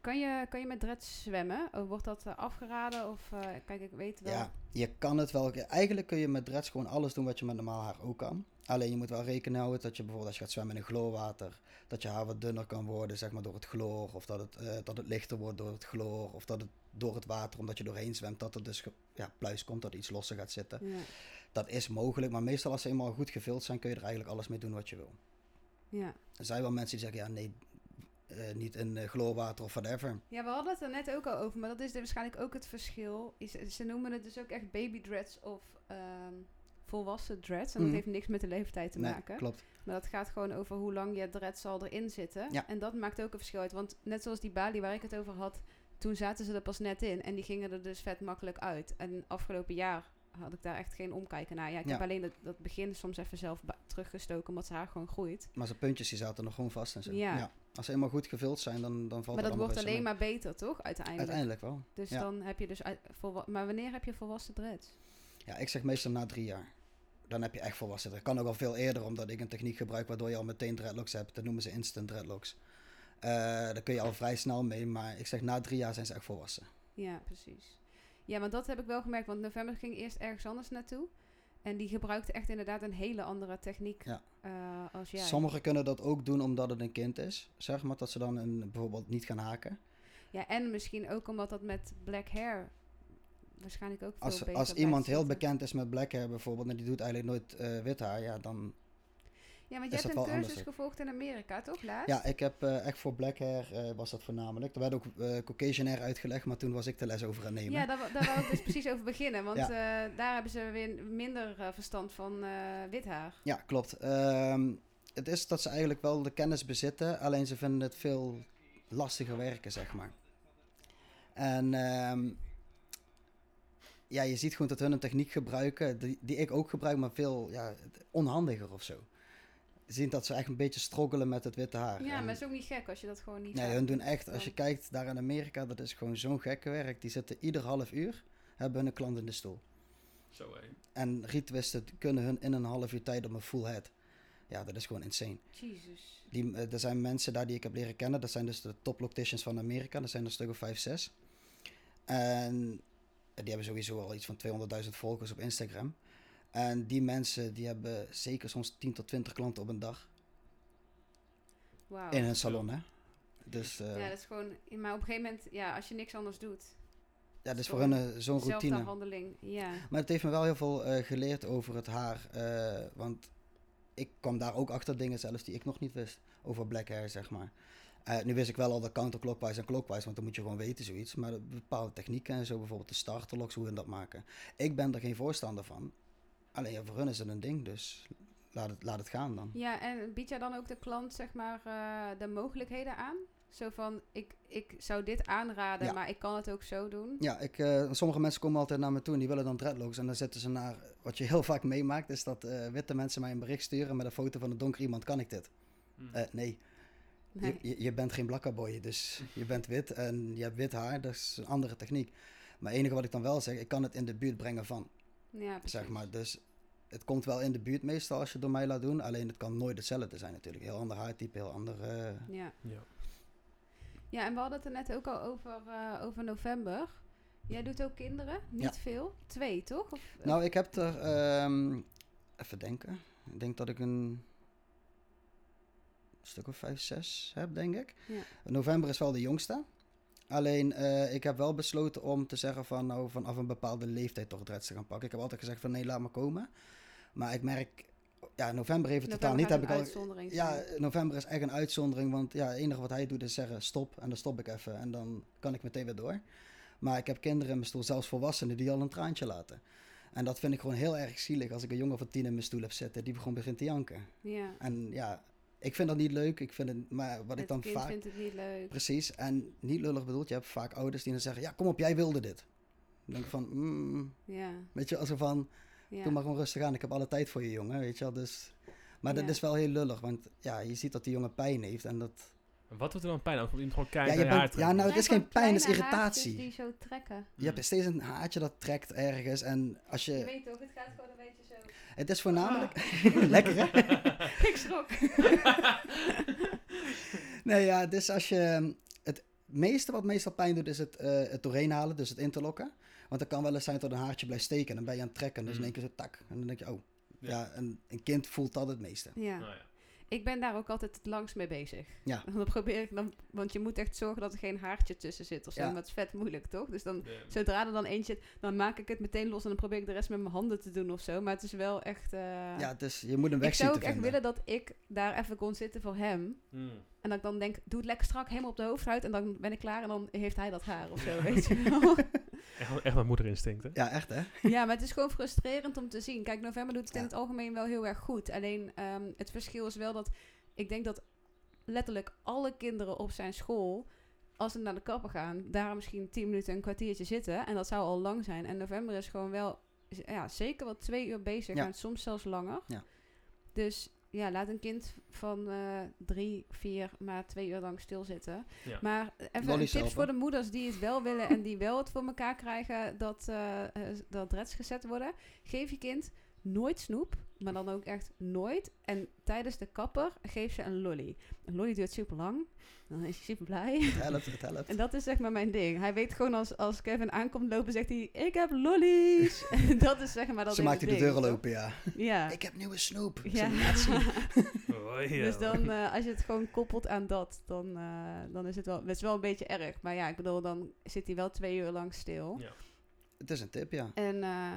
Kan je, kan je met dreads zwemmen? Of wordt dat eh, afgeraden? Of eh, kijk, ik weet wel.
Ja, je kan het wel. Eigenlijk kun je met dreads gewoon alles doen wat je met normaal haar ook kan. Alleen je moet wel rekening houden dat je bijvoorbeeld als je gaat zwemmen in gloorwater, dat je haar wat dunner kan worden, zeg maar door het chloor. Of dat het, eh, dat het lichter wordt door het chloor. Of dat het door het water, omdat je doorheen zwemt, dat er dus ge- ja, pluis komt, dat er iets losser gaat zitten.
Ja.
Dat is mogelijk, maar meestal als ze eenmaal goed gevuld zijn, kun je er eigenlijk alles mee doen wat je wil.
ja.
Er zijn wel mensen die zeggen, ja nee, eh, niet in eh, chloorwater of whatever.
Ja, we hadden het er net ook al over, maar dat is dus waarschijnlijk ook het verschil. Is, ze noemen het dus ook echt baby dreads of ehm, volwassen dreads. En dat
Mhm.
heeft niks met de leeftijd te
nee,
maken.
klopt.
Maar dat gaat gewoon over hoe lang je dreads al erin zitten.
Ja.
En dat maakt ook een verschil uit. Want net zoals die balie waar ik het over had, toen zaten ze er pas net in. En die gingen er dus vet makkelijk uit. En afgelopen jaar had ik daar echt geen omkijken naar. Ja, ik
Ja.
heb alleen dat, dat begin soms even zelf ba- teruggestoken, omdat ze haar gewoon groeit.
Maar zijn puntjes die zaten nog gewoon vast en zo.
Ja.
Als ze eenmaal goed gevuld zijn, dan, dan valt
maar
het
dat
allemaal
wordt
best
alleen
wel
maar beter, toch?
mee.
Uiteindelijk.
Uiteindelijk wel.
Dus
Ja.
dan heb je dus... Uit, volwa- maar wanneer heb je volwassen dreads?
Ja, ik zeg meestal na drie jaar. Dan heb je echt volwassen. Dat kan ook al veel eerder, omdat ik een techniek gebruik waardoor je al meteen dreadlocks hebt. Dat noemen ze instant dreadlocks. Eh daar kun je al vrij snel mee, maar ik zeg na drie jaar zijn ze echt volwassen.
Ja, precies. Ja, want dat heb ik wel gemerkt. Want november ging eerst ergens anders naartoe. En die gebruikte echt inderdaad een hele andere techniek
Ja.
eh, als jij.
Sommigen kunnen dat ook doen omdat het een kind is, zeg maar, dat ze dan een, bijvoorbeeld niet gaan haken.
Ja, en misschien ook omdat dat met black hair waarschijnlijk ook veel
Als,
beter
als
blijft
iemand heel
zitten.
bekend is met black hair bijvoorbeeld en die doet eigenlijk nooit eh, wit haar, ja, dan
Ja, want je
is
hebt een
dat wel anders
cursus
ook.
gevolgd in Amerika, toch? Laatst?
Ja, ik heb eh, echt voor black hair eh, was dat voornamelijk. Er werd ook eh, Caucasian hair uitgelegd, maar toen was ik de les over aan het nemen.
Ja, daar, wa- daar wou ik
[LAUGHS]
dus precies over beginnen. Want eh, daar hebben ze weer minder eh, verstand van eh, wit haar.
Ja, klopt. Ehm, het is dat ze eigenlijk wel de kennis bezitten, alleen ze vinden het veel lastiger werken, zeg maar. En ehm, ja, je ziet gewoon dat hun een techniek gebruiken, die, die ik ook gebruik, maar veel ja, onhandiger of zo. Je ziet dat ze echt een beetje struggelen met het witte haar.
Ja,
En-
maar het is ook niet gek als je dat gewoon niet
Nee,
gaat.
hun doen echt, als
dan-
je kijkt daar in Amerika, dat is gewoon zo'n gekke werk. Die zitten ieder half uur, hebben hun een klant in de stoel.
Zo hé.
En retwisten kunnen hun in een half uur tijd op een full head. Ja, dat is gewoon insane.
Jezus.
Die, eh, er zijn mensen daar die ik heb leren kennen. Dat zijn dus de top locticians van Amerika. Dat zijn er een stuk of 5, 6. En eh, die hebben sowieso al iets van 200.000 volgers op Instagram. En die mensen die hebben zeker soms 10 tot 20 klanten op een dag
Wauw.
in hun salon. Hè? Dus eh,
Oh. Ja,
ja,
dat is gewoon... Maar op een gegeven moment, ja, als je niks anders doet.
dat is voor hun eh, zo'n
Zelfde
routine.
handeling. Ja.
Maar het heeft me wel heel veel eh, geleerd over het haar. eh, want ik kwam daar ook achter dingen zelfs die ik nog niet wist. Over black hair, zeg maar. Eh, nu wist ik wel al dat counterclockwise en clockwise, want dan moet je gewoon weten zoiets. Maar de bepaalde technieken en zo, bijvoorbeeld de starterlocks, hoe hun dat maken. Ik ben er geen voorstander van. Alleen ja, voor hun is het een ding, dus laat het, laat het gaan dan.
Ja, en biedt jij dan ook de klant, zeg maar, eh, de mogelijkheden aan? Zo van, ik, ik zou dit aanraden,
Ja.
maar ik kan het ook zo doen.
Ja, ik, eh, sommige mensen komen altijd naar me toe en die willen dan dreadlocks. En dan zitten ze naar, wat je heel vaak meemaakt, is dat eh, witte mensen mij een bericht sturen met een foto van een donker iemand. Kan ik dit?
Hm.
Eh, nee.
Nee.
Je, je, je bent geen blakkaboy, dus je bent wit en je hebt wit haar, dat is een andere techniek. Maar het enige wat ik dan wel zeg, ik kan het in de buurt brengen van,
Ja, precies.
zeg maar. Dus het komt wel in de buurt meestal als je het door mij laat doen, alleen het kan nooit hetzelfde zijn natuurlijk. Heel ander haartype, heel ander... eh,
Ja.
Ja.
ja, en we hadden het er net ook al over, eh, over november. Jij doet ook kinderen? Niet
Ja.
veel? Twee, toch? Of, eh,
Nou, ik heb er, ehm, even denken, ik denk dat ik een stuk of vijf, zes heb, denk ik.
Ja.
November is wel de jongste. Alleen, eh, ik heb wel besloten om te zeggen van, nou, vanaf een bepaalde leeftijd toch dreads te gaan pakken. Ik heb altijd gezegd van, nee, laat maar komen. Maar ik merk, ja, november heeft het totaal
november
niet.
gaat
Heb ik
een
al,
uitzondering
ja, eh,
zijn.
november is echt een uitzondering, want ja, het enige wat hij doet is zeggen stop en dan stop ik even en dan kan ik meteen weer door. Maar ik heb kinderen in mijn stoel, zelfs volwassenen, die al een traantje laten. En dat vind ik gewoon heel erg zielig als ik een jongen van tien in mijn stoel heb zitten die gewoon begint te janken.
ja.
En ja, ik vind dat niet leuk, ik vind het, maar wat
Het
ik dan
kind
vaak...
vindt het niet leuk.
Precies, en niet lullig bedoeld, je hebt vaak ouders die dan zeggen, ja kom op, jij wilde dit. Dan denk ik van, mm,
Ja,
weet je, als er van,
ja.
Doe maar gewoon rustig aan, ik heb alle tijd voor je jongen, weet je wel. Dus, maar dat
Ja.
is wel heel lullig, want ja, je ziet dat die jongen pijn heeft en dat...
En Wat doet er dan pijn aan? Komt iemand gewoon keihard
Ja,
ja,
je
je haar
bent- ja,
trekken?
nou, het is geen
Kleine
pijn, het is
haartjes
irritatie.
die zo trekken.
Je hebt steeds een haartje dat trekt ergens en als
Je
je...
weet Oh. toch, het gaat gewoon een beetje
[LAUGHS]
zo.
Het is voornamelijk... [LAUGHS] Lekker hè?
ik schrok.
Nee ja, dus als je... Het, meeste wat meestal pijn doet, is het, eh het doorheen halen, dus het interlokken. Want het kan wel eens zijn dat een haartje blijft steken en dan ben je aan het trekken. Dus in
Mm.
één keer zo tak. En dan denk je, oh,
Ja.
ja, een, een kind voelt dat het meeste.
Ja.
Nou ja.
Ik ben daar ook altijd het langst mee bezig.
Ja.
Dan probeer ik dan, want je moet echt zorgen dat er geen haartje tussen zit of zo.
Ja.
Maar het is vet moeilijk, toch? Dus dan,
Ja.
zodra er dan eentje zit, dan maak ik het meteen los en dan probeer ik de rest met mijn handen te doen of zo. Maar het is wel echt... eh,
Ja, dus je moet een weg
ik zou
zien
ook
te
echt
vinden.
willen dat ik daar even kon zitten voor hem.
Hmm.
En dat ik dan denk, doe het lekker strak helemaal op de hoofdhuid. En dan ben ik klaar en dan heeft hij dat haar of zo, weet je
[LAUGHS]
wel.
Echt, echt mijn moederinstinct,
[LAUGHS]
hè?
Ja, echt hè?
Ja, maar het is gewoon frustrerend om te zien. Kijk, november doet het in
Ja.
het algemeen wel heel erg goed. Alleen ehm, het verschil is wel dat ik denk dat letterlijk alle kinderen op zijn school, als ze naar de kapper gaan, daar misschien 10 minuten een kwartiertje zitten. En dat zou al lang zijn. En november is gewoon wel z- ja, zeker wel twee uur bezig
Ja.
en soms zelfs langer.
Ja.
Dus ja, laat een kind van eh, drie, vier, maar twee uur lang stilzitten.
Ja.
Maar even een
Lollies
tips
helpen.
voor de moeders die het wel willen en die wel het voor elkaar krijgen dat, eh eh, dat dreads gezet worden. Geef je kind nooit snoep, maar dan ook echt nooit. En tijdens de kapper geef ze een lolly. Een lolly duurt super lang, dan is hij super blij.
Het helpt, het helpt.
En dat is zeg maar mijn ding. Hij weet gewoon als, als Kevin aankomt lopen, zegt hij, ik heb lollies. [LAUGHS] En dat is zeg maar dat
Ze
hele
maakt hij de
ding,
deur al
toch?
open, ja.
Ja.
Ik heb nieuwe snoep. Ik
Ja.
zeg, "Laat
[LAUGHS]
zien."
Oh, ja.
Dus dan, eh, als je het gewoon koppelt aan dat, dan, eh, dan is het wel, het is wel een beetje erg. Maar ja, ik bedoel, dan zit hij wel twee uur lang stil.
Ja.
Het is een tip, ja.
En eh,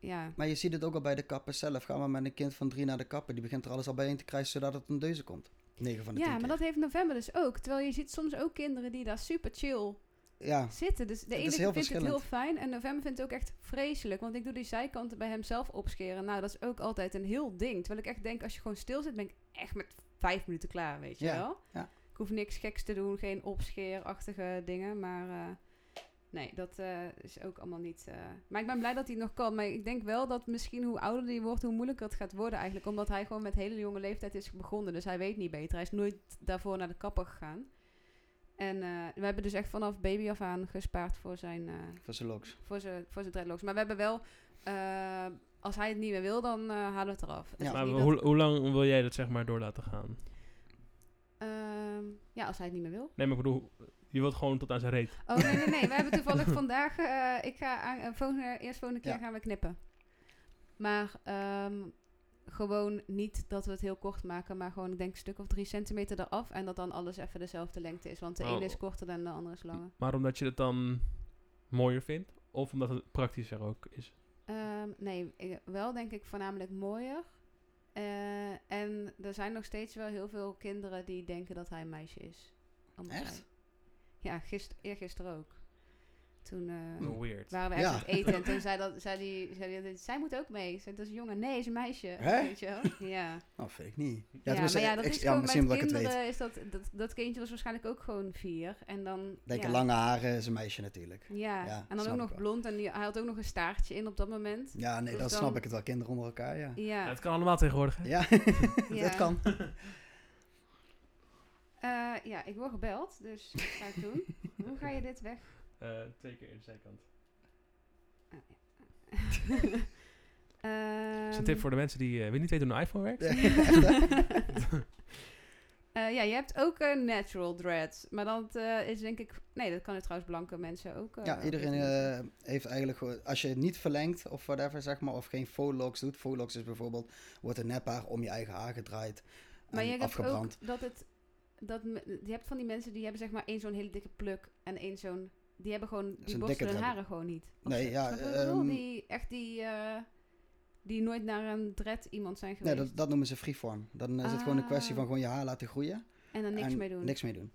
ja,
Maar je ziet het ook al bij de kapper zelf. Ga maar met een kind van drie naar de kapper. Die begint er alles al bijeen te krijgen zodat het een deuze komt. 9 van de 10
ja maar dat heeft november dus ook. Terwijl je ziet soms ook kinderen die daar super chill
Ja,
zitten. Dus de
is
ene
heel
vindt het heel
verschillend.
fijn en november vindt het ook echt vreselijk. Want ik doe die zijkanten bij hem zelf opscheren. Nou, dat is ook altijd een heel ding. Terwijl ik echt denk, als je gewoon stil zit, ben ik echt met vijf minuten klaar, weet je
Ja,
wel.
ja.
Ik hoef niks geks te doen, geen opscheerachtige dingen, maar... eh, Nee, dat eh, is ook allemaal niet. eh, Maar ik ben blij dat hij het nog kan. Maar ik denk wel dat misschien hoe ouder hij wordt, hoe moeilijker het gaat worden eigenlijk. Omdat hij gewoon met hele jonge leeftijd is begonnen. Dus hij weet niet beter. Hij is nooit daarvoor naar de kapper gegaan. En eh, we hebben dus echt vanaf baby af aan gespaard voor zijn, eh,
voor zijn locks.
voor zijn, voor zijn dreadlocks. Maar we hebben wel, eh, als hij het niet meer wil, dan eh, halen we het eraf. Het
Ja.
is
maar
niet
hoe,
dat-
hoe lang wil jij dat zeg maar door laten gaan?
Ehm, ja, als hij het niet meer wil.
Nee, maar ik bedoel, je wilt gewoon tot aan zijn reet.
Oh nee, nee, nee. We hebben
[LAUGHS]
toevallig vandaag. eh, ik ga aan, eh, volgende, eerst volgende keer
Ja.
gaan we knippen. Maar ehm, gewoon niet dat we het heel kort maken, maar gewoon, ik denk, een stuk of drie centimeter eraf. En dat dan alles even dezelfde lengte is. Want de
Oh.
ene is korter dan de andere is langer.
Maar omdat je het dan mooier vindt? Of omdat het praktischer ook is?
Ehm, nee, ik- wel denk ik voornamelijk mooier. Eh, en er zijn nog steeds wel heel veel kinderen die denken dat hij een meisje is. Anders
Echt?
hij- Ja, gister, eergisteren ook. Toen eh,
Weird.
waren we
Ja.
echt aan het eten en toen zei, dat, zei, die, zei die, zij moet ook mee. Ik Zei, dat is een jongen. Nee, is een meisje.
Hè?
Weet je wel? Ja.
Nou, vind ik niet. Ja,
Ja,
tenminste,
maar ja,
ik-
dat
ik-
is
ja,
gewoon
misschien
met
omdat ik het weet.
kinderen. Is dat, dat, dat kindje was waarschijnlijk ook gewoon vier. En dan...
Ik Denk
ja.
aan lange haren is een meisje natuurlijk.
Ja.
Ja,
en dan
snap
ook
ik
nog
wel.
blond en die- hij had ook nog een staartje in op dat moment.
Ja, nee,
Dus
dan
dan-
snap ik het wel. Kinderen onder elkaar, ja.
Ja,
Ja.
het kan allemaal tegenwoordig.
[LAUGHS]
hè?
Ja, [LAUGHS]
Ja.
dat kan.
Eh, ja, ik word gebeld, dus wat ga ik
[LAUGHS]
doen? Hoe ga je dit weg?
Eh, twee keer in de zijkant.
Ehm,
Dat is een tip voor de mensen die eh, weer niet weten hoe een iPhone werkt.
[LAUGHS] Eh, ja, je hebt ook een natural dreads. Maar dat eh, is denk ik... Nee, dat kan trouwens blanke mensen ook. eh,
Ja, iedereen
doen.
eh, heeft eigenlijk, gewoon- als je het niet verlengt of whatever, zeg maar, of geen faux locks doet. Faux locks is bijvoorbeeld, wordt een nephaar om je eigen haar gedraaid
maar
en
je hebt
afgebrand.
ook dat het... Dat me- je hebt van die mensen die hebben zeg maar één zo'n hele dikke pluk en één zo'n... Die hebben gewoon... Die
Zo'n
borsten
dikke
hun
dread.
haren gewoon niet. Of
Nee,
zo.
ja,
Snap je wat ik bedoel?
ehm,
die echt die... eh, die nooit naar een dread iemand zijn
Nee,
geweest. Ah.
dat, dat noemen ze freeform. Dan is het gewoon een kwestie van gewoon je haar laten groeien.
en dan niks
en
mee doen.
Niks mee doen.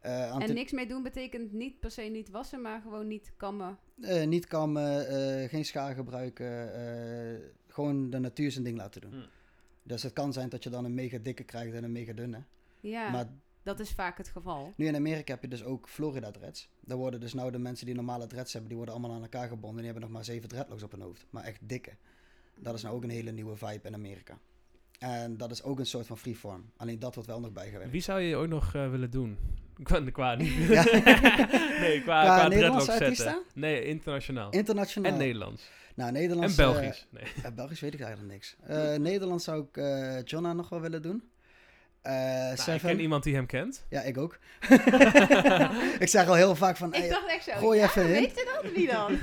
Eh, aan
en
te-
niks mee doen betekent niet per se niet wassen, maar gewoon niet kammen.
eh, niet kammen, eh, geen schaar gebruiken, eh, gewoon de natuur zijn ding laten doen.
Hmm.
Dus het kan zijn dat je dan een mega dikke krijgt en een mega dunne.
Ja,
Maar
dat is vaak het geval.
Nu in Amerika heb je dus ook Florida dreads. Daar worden dus nou de mensen die normale dreads hebben, die worden allemaal aan elkaar gebonden. En die hebben nog maar zeven dreadlocks op hun hoofd. Maar echt dikke. Dat is nou ook een hele nieuwe vibe in Amerika. En dat is ook een soort van freeform. Alleen dat wordt wel nog bijgewerkt.
Wie zou je ooit nog eh, willen doen? [LAUGHS] Qua, qua niet.
Ja.
[LAUGHS] nee, qua,
Qua
qua
Nederlandse
dreadlocks zetten.
artiesten?
Nee, internationaal.
Internationaal.
En Nederlands.
Nou, Nederlands.
En Belgisch. Nee.
eh, eh, Belgisch weet ik eigenlijk niks. Eh, Nederlands zou ik eh Jonna nog wel willen doen. Eh, Eh,
Nou, ik
Seven.
ken iemand die hem kent.
Ja, ik
[LAUGHS]
ook. [LAUGHS] ik zeg al heel vaak van...
Ik
"Hey,
dacht echt zo,
eh, gooi
ja,
even in."
weet je dat niet
[LAUGHS]
dan?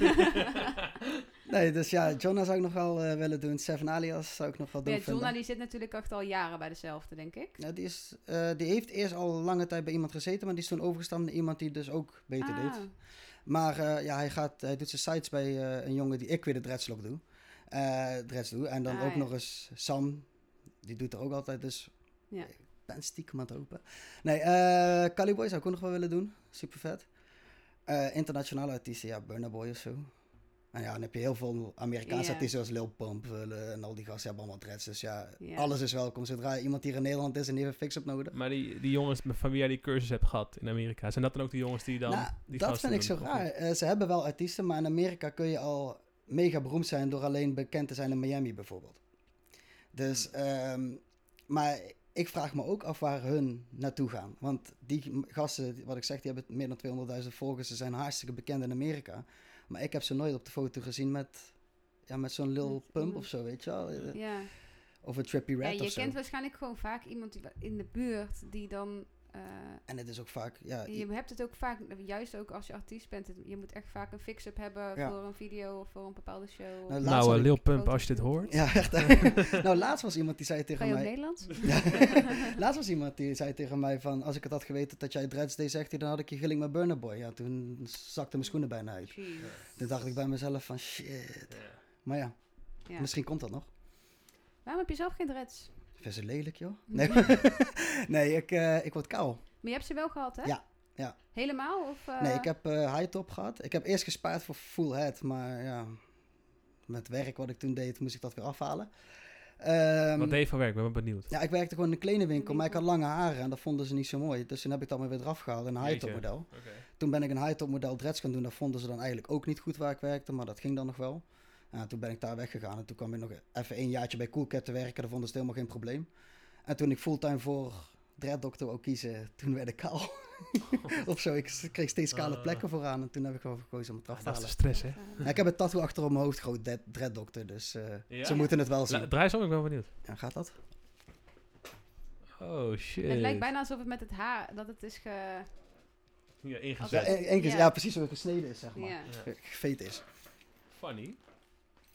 Nee, dus ja, Jonah zou ik nog wel eh, willen doen. Seven Alias zou ik nog wel doen.
ja,
vinden.
Jonna die zit natuurlijk echt al jaren bij dezelfde, denk ik.
Ja, die, is, eh, die heeft eerst al lange tijd bij iemand gezeten, maar die is toen overgestapt naar iemand die dus ook beter
Ah.
deed. Maar eh, ja, hij, gaat, hij doet zijn sites bij eh, een jongen die ik weer de dreadlock doe. Eh, dreads doe. En dan
Ah,
ook
ja.
nog eens Sam, die doet er ook altijd, dus
Ja.
ik ben stiekem aan het hopen. Nee, eh Caliboy zou ik ook nog wel willen doen, super vet. Eh, internationale artiesten, ja, Burna Boy of zo. En ja, dan heb je heel veel Amerikaanse
Ja.
artiesten zoals Lil Pump eh, en al die gasten hebben allemaal dreads. Dus ja,
Ja.
alles is welkom. Zodra iemand hier in Nederland is en die heeft een fix-up nodig,
Maar die, die jongens met- van wie jij die cursus hebt gehad in Amerika, zijn dat dan ook de jongens die dan...
Nou,
die
dat
gasten
vind ik zo
doen, of
raar.
niet?
Eh, ze hebben wel artiesten, maar in Amerika kun je al mega beroemd zijn door alleen bekend te zijn in Miami bijvoorbeeld. Dus, ehm, maar ik vraag me ook af waar hun naartoe gaan. Want die m- gasten, die- wat ik zeg, die hebben meer dan 200.000 volgers. Ze zijn hartstikke bekend in Amerika. Maar ik heb ze nooit op de foto gezien met, ja, met zo'n Lil
Met
Pump
iemand.
of zo, weet je wel. Eh,
Ja.
Of een Trippy
Ja,
Red
je
of zo.
kent waarschijnlijk gewoon vaak iemand die- in de buurt die dan... eh,
En het is ook vaak, ja, i-
je hebt het ook vaak, juist ook als je artiest bent, het- je moet echt vaak een fix-up hebben
Ja.
voor een video of voor een bepaalde show.
Nou, laatst
Nou,
had
eh,
ik-
Lil Pump, als je dit hoort.
[LAUGHS] ja,
[LAUGHS]
echt. nou, laatst was iemand die zei tegen
kan je ook
mij...
Nederlands?
Ja. Laatst was iemand die zei tegen mij van... als ik het had geweten dat jij dreads deed, zegt hij... dan had ik je gilling met Burner Boy. Ja, toen zakte mijn schoenen bijna uit.
Jeez.
Toen dacht ik bij mezelf van shit. Maar ja,
Ja.
misschien komt dat nog.
Waarom heb je zelf geen dreads?
Vind ze lelijk, joh? Nee, [LAUGHS] nee ik, eh, ik word kaal.
Maar je hebt ze wel gehad, hè?
Ja, ja.
Helemaal? Of, eh,
Nee, ik heb eh, high top gehad. Ik heb eerst gespaard voor full head, maar ja... met werk wat ik toen deed, moest ik dat weer afhalen. Ehm,
Wat deed je voor werk? Ik ben wel benieuwd.
ja, ik werkte gewoon in een kledingwinkel, maar ik had lange haren en dat vonden ze niet zo mooi. Dus toen heb ik dat maar weer eraf gehaald, een high top
Jeetje.
model.
Oké.
Toen ben ik een high-top model dreads gaan doen. Dat vonden ze dan eigenlijk ook niet goed waar ik werkte, maar dat ging dan nog wel. En toen ben ik daar weggegaan en toen kwam ik nog even een jaartje bij Coolcat te werken. Daar vonden ze het helemaal geen probleem. En toen ik fulltime voor Dread Doctor wou kiezen, toen werd ik kaal.
[LAUGHS]
of zo, ik kreeg steeds kale
Ah.
plekken vooraan en toen heb ik ervoor gekozen om het af te
dat is de
halen.
stress, hè?
Ja, ik heb een tattoo achter op mijn hoofd, groot Dread- Dread Doctor, dus eh,
Ja?
ze moeten het wel
La,
zien.
draai eens om, ik ben wel benieuwd.
Ja, gaat dat?
Oh, shit.
Het lijkt bijna alsof het met het haar, dat het is ge...
Ja,
Ja,
ingezet.
Als-
één keer,
Ja.
ja. precies hoe het gesneden is, zeg maar.
Ja.
Ja.
Geveet is.
Funny.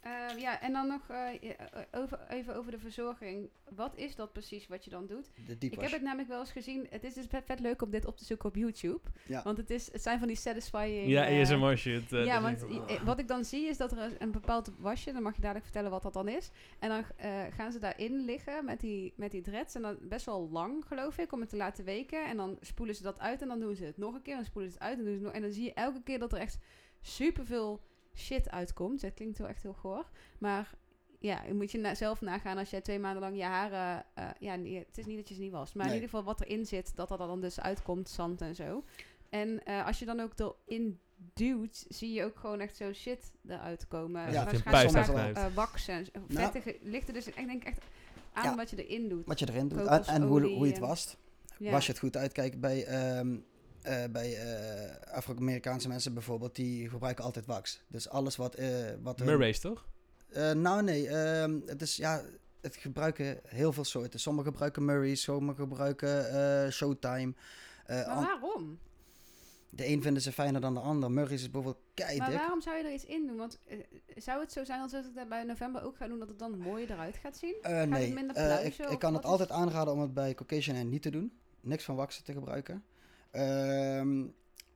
Eh, ja, en dan nog eh, je- eh, over, even over de verzorging. Wat is dat precies wat je dan doet?
De deep
Ik heb
wash.
het namelijk wel eens gezien. Het is dus vet, vet leuk om dit op te zoeken op YouTube.
Ja.
Want het, is, het zijn van die satisfying...
Ja,
eh,
ASMR shit. eh,
ja,
dat is
want
niet-
i- eh, wat ik dan zie is dat er een- een bepaald wasje, dan mag je dadelijk vertellen wat dat dan is. En dan eh, gaan ze daarin liggen met die, met die dreads. En dan best wel lang, geloof ik, om het te laten weken. En dan spoelen ze dat uit en dan doen ze het nog een keer. En dan spoelen ze het uit en doen ze het nog. En dan zie je elke keer dat er echt superveel shit uitkomt. Dat klinkt wel echt heel goor. Maar ja, je moet je na- zelf nagaan als jij twee maanden lang je haren... eh, ja, nee, het is niet dat je ze niet was. Maar in
Nee.
ieder geval wat erin zit, dat dat er dan dus uitkomt, zand en zo. En eh, als je dan ook erin duwt, zie je ook gewoon echt zo shit eruit komen.
Ja,
dat
Waarschijnlijk
het in
pijs
vaak,
uitknijpt.
eh, wax en zo.
Nou.
vettige... Ligt er dus, ik denk echt aan
Ja.
wat je erin doet.
Wat je erin doet en,
Kokosolie
en hoe, hoe je het
en-
wast.
Ja.
Was je het goed uitkijkt bij, ehm, eh, bij eh, Afro-Amerikaanse mensen bijvoorbeeld, die gebruiken altijd wax. Dus alles wat. eh wat hun-
Murray's, toch?
Eh, nou, nee. ehm, het is ja. Het gebruiken heel veel soorten. Sommigen gebruiken Murray's, sommigen gebruiken eh, Showtime. Eh,
Maar
an-
waarom?
de een vinden ze fijner dan de ander. Murray's is bijvoorbeeld
Maar
keidik.
waarom zou je er iets in doen? Want eh, zou het zo zijn als ik dat bij november ook ga doen, dat het dan mooi eruit gaat zien?
Eh nee,
minder
Eh,
pluizen
ik,
of
ik kan
wat
het altijd aanraden om het bij Caucasian hair niet te doen. Niks van waxen te gebruiken. Ehm,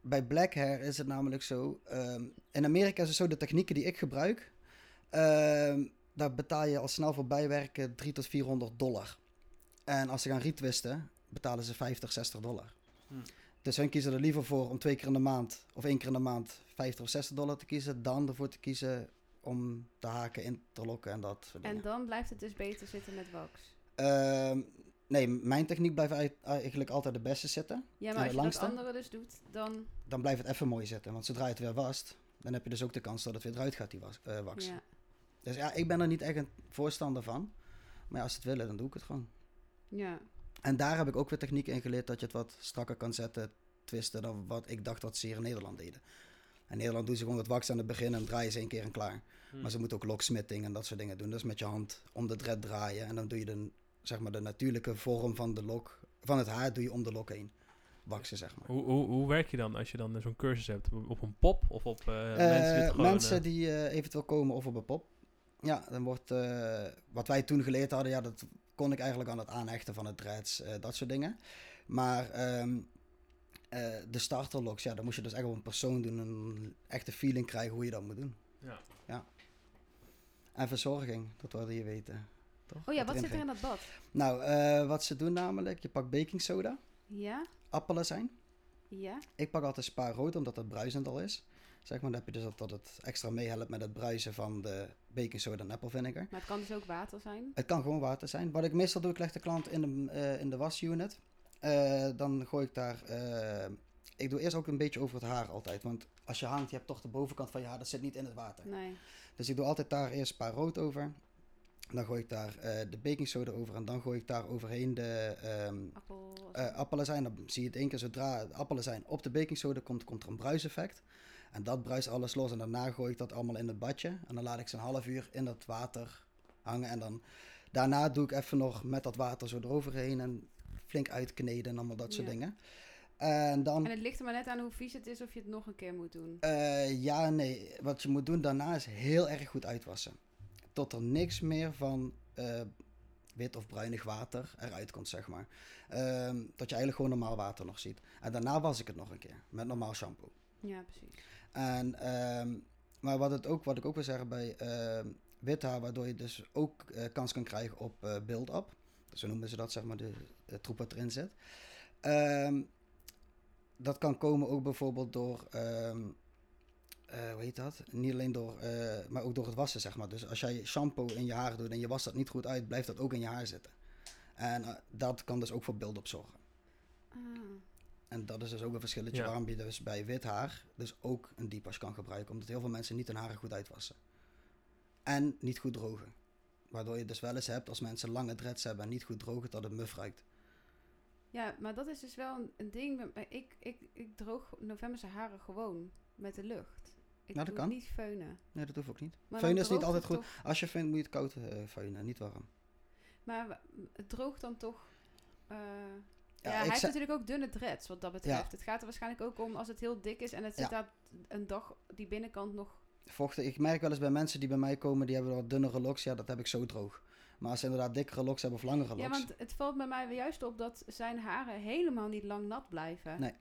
bij black hair is het namelijk zo. ehm, in Amerika is het zo, de technieken die ik gebruik, ehm, daar betaal je al snel voor bijwerken 300 tot 400 dollar. En als ze gaan retwisten, betalen ze 50, 60 dollar.
Hmm.
Dus hun kiezen er liever voor om twee keer in de maand of één keer in de maand 50 of 60 dollar te kiezen, dan ervoor te kiezen om de haken in te lokken en dat soort dingen.
En dan blijft het dus beter zitten met wax.
Ehm, nee, mijn techniek blijft uit- eigenlijk altijd de beste zitten.
Ja, maar
En het
als je
langste?
dat andere dus doet, dan...
Dan blijft het even mooi zitten. Want zodra je het weer wast, dan heb je dus ook de kans dat het weer eruit gaat, die was, eh, wax.
Ja.
Dus ja, ik ben er niet echt een voorstander van. Maar ja, als ze het willen, dan doe ik het gewoon.
ja.
En daar heb ik ook weer techniek in geleerd dat je het wat strakker kan zetten, twisten, dan wat ik dacht dat ze hier in Nederland deden. In Nederland doen ze gewoon wat wax aan het begin en draaien ze één keer en klaar.
Mm. Hm.
Maar ze moeten ook locksmitting en dat soort dingen doen. Dus met je hand om de dread draaien en dan doe je de, zeg maar, de natuurlijke vorm van de lok van het haar doe je om de lok heen. Waksen, zeg maar.
Hoe, hoe, hoe werk je dan als je dan zo'n cursus hebt? Op een pop of op eh,
Eh,
mensen die het gewoon...
mensen
eh,
die eh, eventueel komen of op een pop. Ja, dan wordt eh, wat wij toen geleerd hadden, ja, dat kon ik eigenlijk aan het aanhechten van het dreads, eh, dat soort dingen. Maar ehm, eh, de starterlocks, ja, dan moest je dus echt op een persoon doen en een echte feeling krijgen hoe je dat moet doen.
Ja.
ja. En verzorging, dat wilde je weten. Toch?
Oh ja, wat
erin
zit er in
ging.
dat bad?
Nou, eh, wat ze doen namelijk, je pakt baking soda,
Ja,
appelen zijn.
ja.
Ik pak altijd spa rood, omdat dat bruisend al is. Zeg maar, dan heb je dus dat, dat het extra meehelpt met het bruisen van de baking soda en apple vinegar.
Maar het kan dus ook water zijn.
Het kan gewoon water zijn. Wat ik meestal doe, ik leg de klant in de, eh, in de wasunit. Eh, dan gooi ik daar... eh, ik doe eerst ook een beetje over het haar altijd. Want als je hangt, je hebt toch de bovenkant van je haar. Dat zit niet in het water.
Nee.
Dus ik doe altijd daar eerst spa rood over. Dan gooi ik daar eh, de baking soda over. En dan gooi ik daar overheen de ehm,
Appel. was
eh
het.
appelen zijn, dan zie je het één keer zodra appelen zijn op de baking soda komt, komt er een bruiseffect. En dat bruist alles los en daarna gooi ik dat allemaal in het badje. En dan laat ik ze een half uur in dat water hangen. En dan daarna doe ik even nog met dat water zo eroverheen en flink uitkneden en allemaal dat soort
Ja.
dingen. En dan,
en het ligt er maar net aan hoe vies het is of je het nog een keer moet doen.
eh, ja nee, wat je moet doen daarna is heel erg goed uitwassen. Tot er niks meer van eh, wit of bruinig water eruit komt, zeg maar. Ehm, dat je eigenlijk gewoon normaal water nog ziet. En daarna was ik het nog een keer met normaal shampoo.
Ja, precies.
En, ehm, maar wat, het ook, wat ik ook wil zeggen bij ehm, wit haar, waardoor je dus ook eh, kans kan krijgen op eh build-up. Zo noemen ze dat, zeg maar, de eh, troep wat erin zit. Ehm, dat kan komen ook bijvoorbeeld door, ehm, eh, hoe heet dat? Niet alleen door, eh, maar ook door het wassen, zeg maar. Dus als jij shampoo in je haar doet en je wast dat niet goed uit, blijft dat ook in je haar zitten. En eh, dat kan dus ook voor build-up zorgen.
Ah.
En dat is dus ook een verschilletje
Ja.
waarom je dus bij wit haar dus ook een deepwash kan gebruiken. Omdat heel veel mensen niet hun haren goed uitwassen. En niet goed drogen. Waardoor je dus wel eens hebt als mensen lange dreads hebben en niet goed drogen dat het muf ruikt.
Ja, maar dat is dus wel een, een ding. met mij. Ik, ik, ik droog novemberse haren gewoon met de lucht. Ik
Nou, dat
doe
kan.
niet feunen.
Nee, dat hoeft ook niet.
Maar
Feunen
dan
is niet
droogt
altijd
het
goed.
toch-
Als je vindt moet je het koud eh feunen, niet warm.
maar w- het droogt dan toch... eh, ja,
Ja,
hij
ik
heeft
zei-
natuurlijk ook dunne dreads wat dat betreft. Het gaat er waarschijnlijk ook om als het heel dik is en het zit
Ja.
daar een dag die binnenkant nog...
Vochten, ik merk wel eens bij mensen die bij mij komen, die hebben wat dunnere loks. Ja, dat heb ik zo droog. Maar als ze inderdaad dikkere loks hebben of langere loks.
Ja, want het valt bij mij juist op dat zijn haren helemaal niet lang nat blijven.
Nee.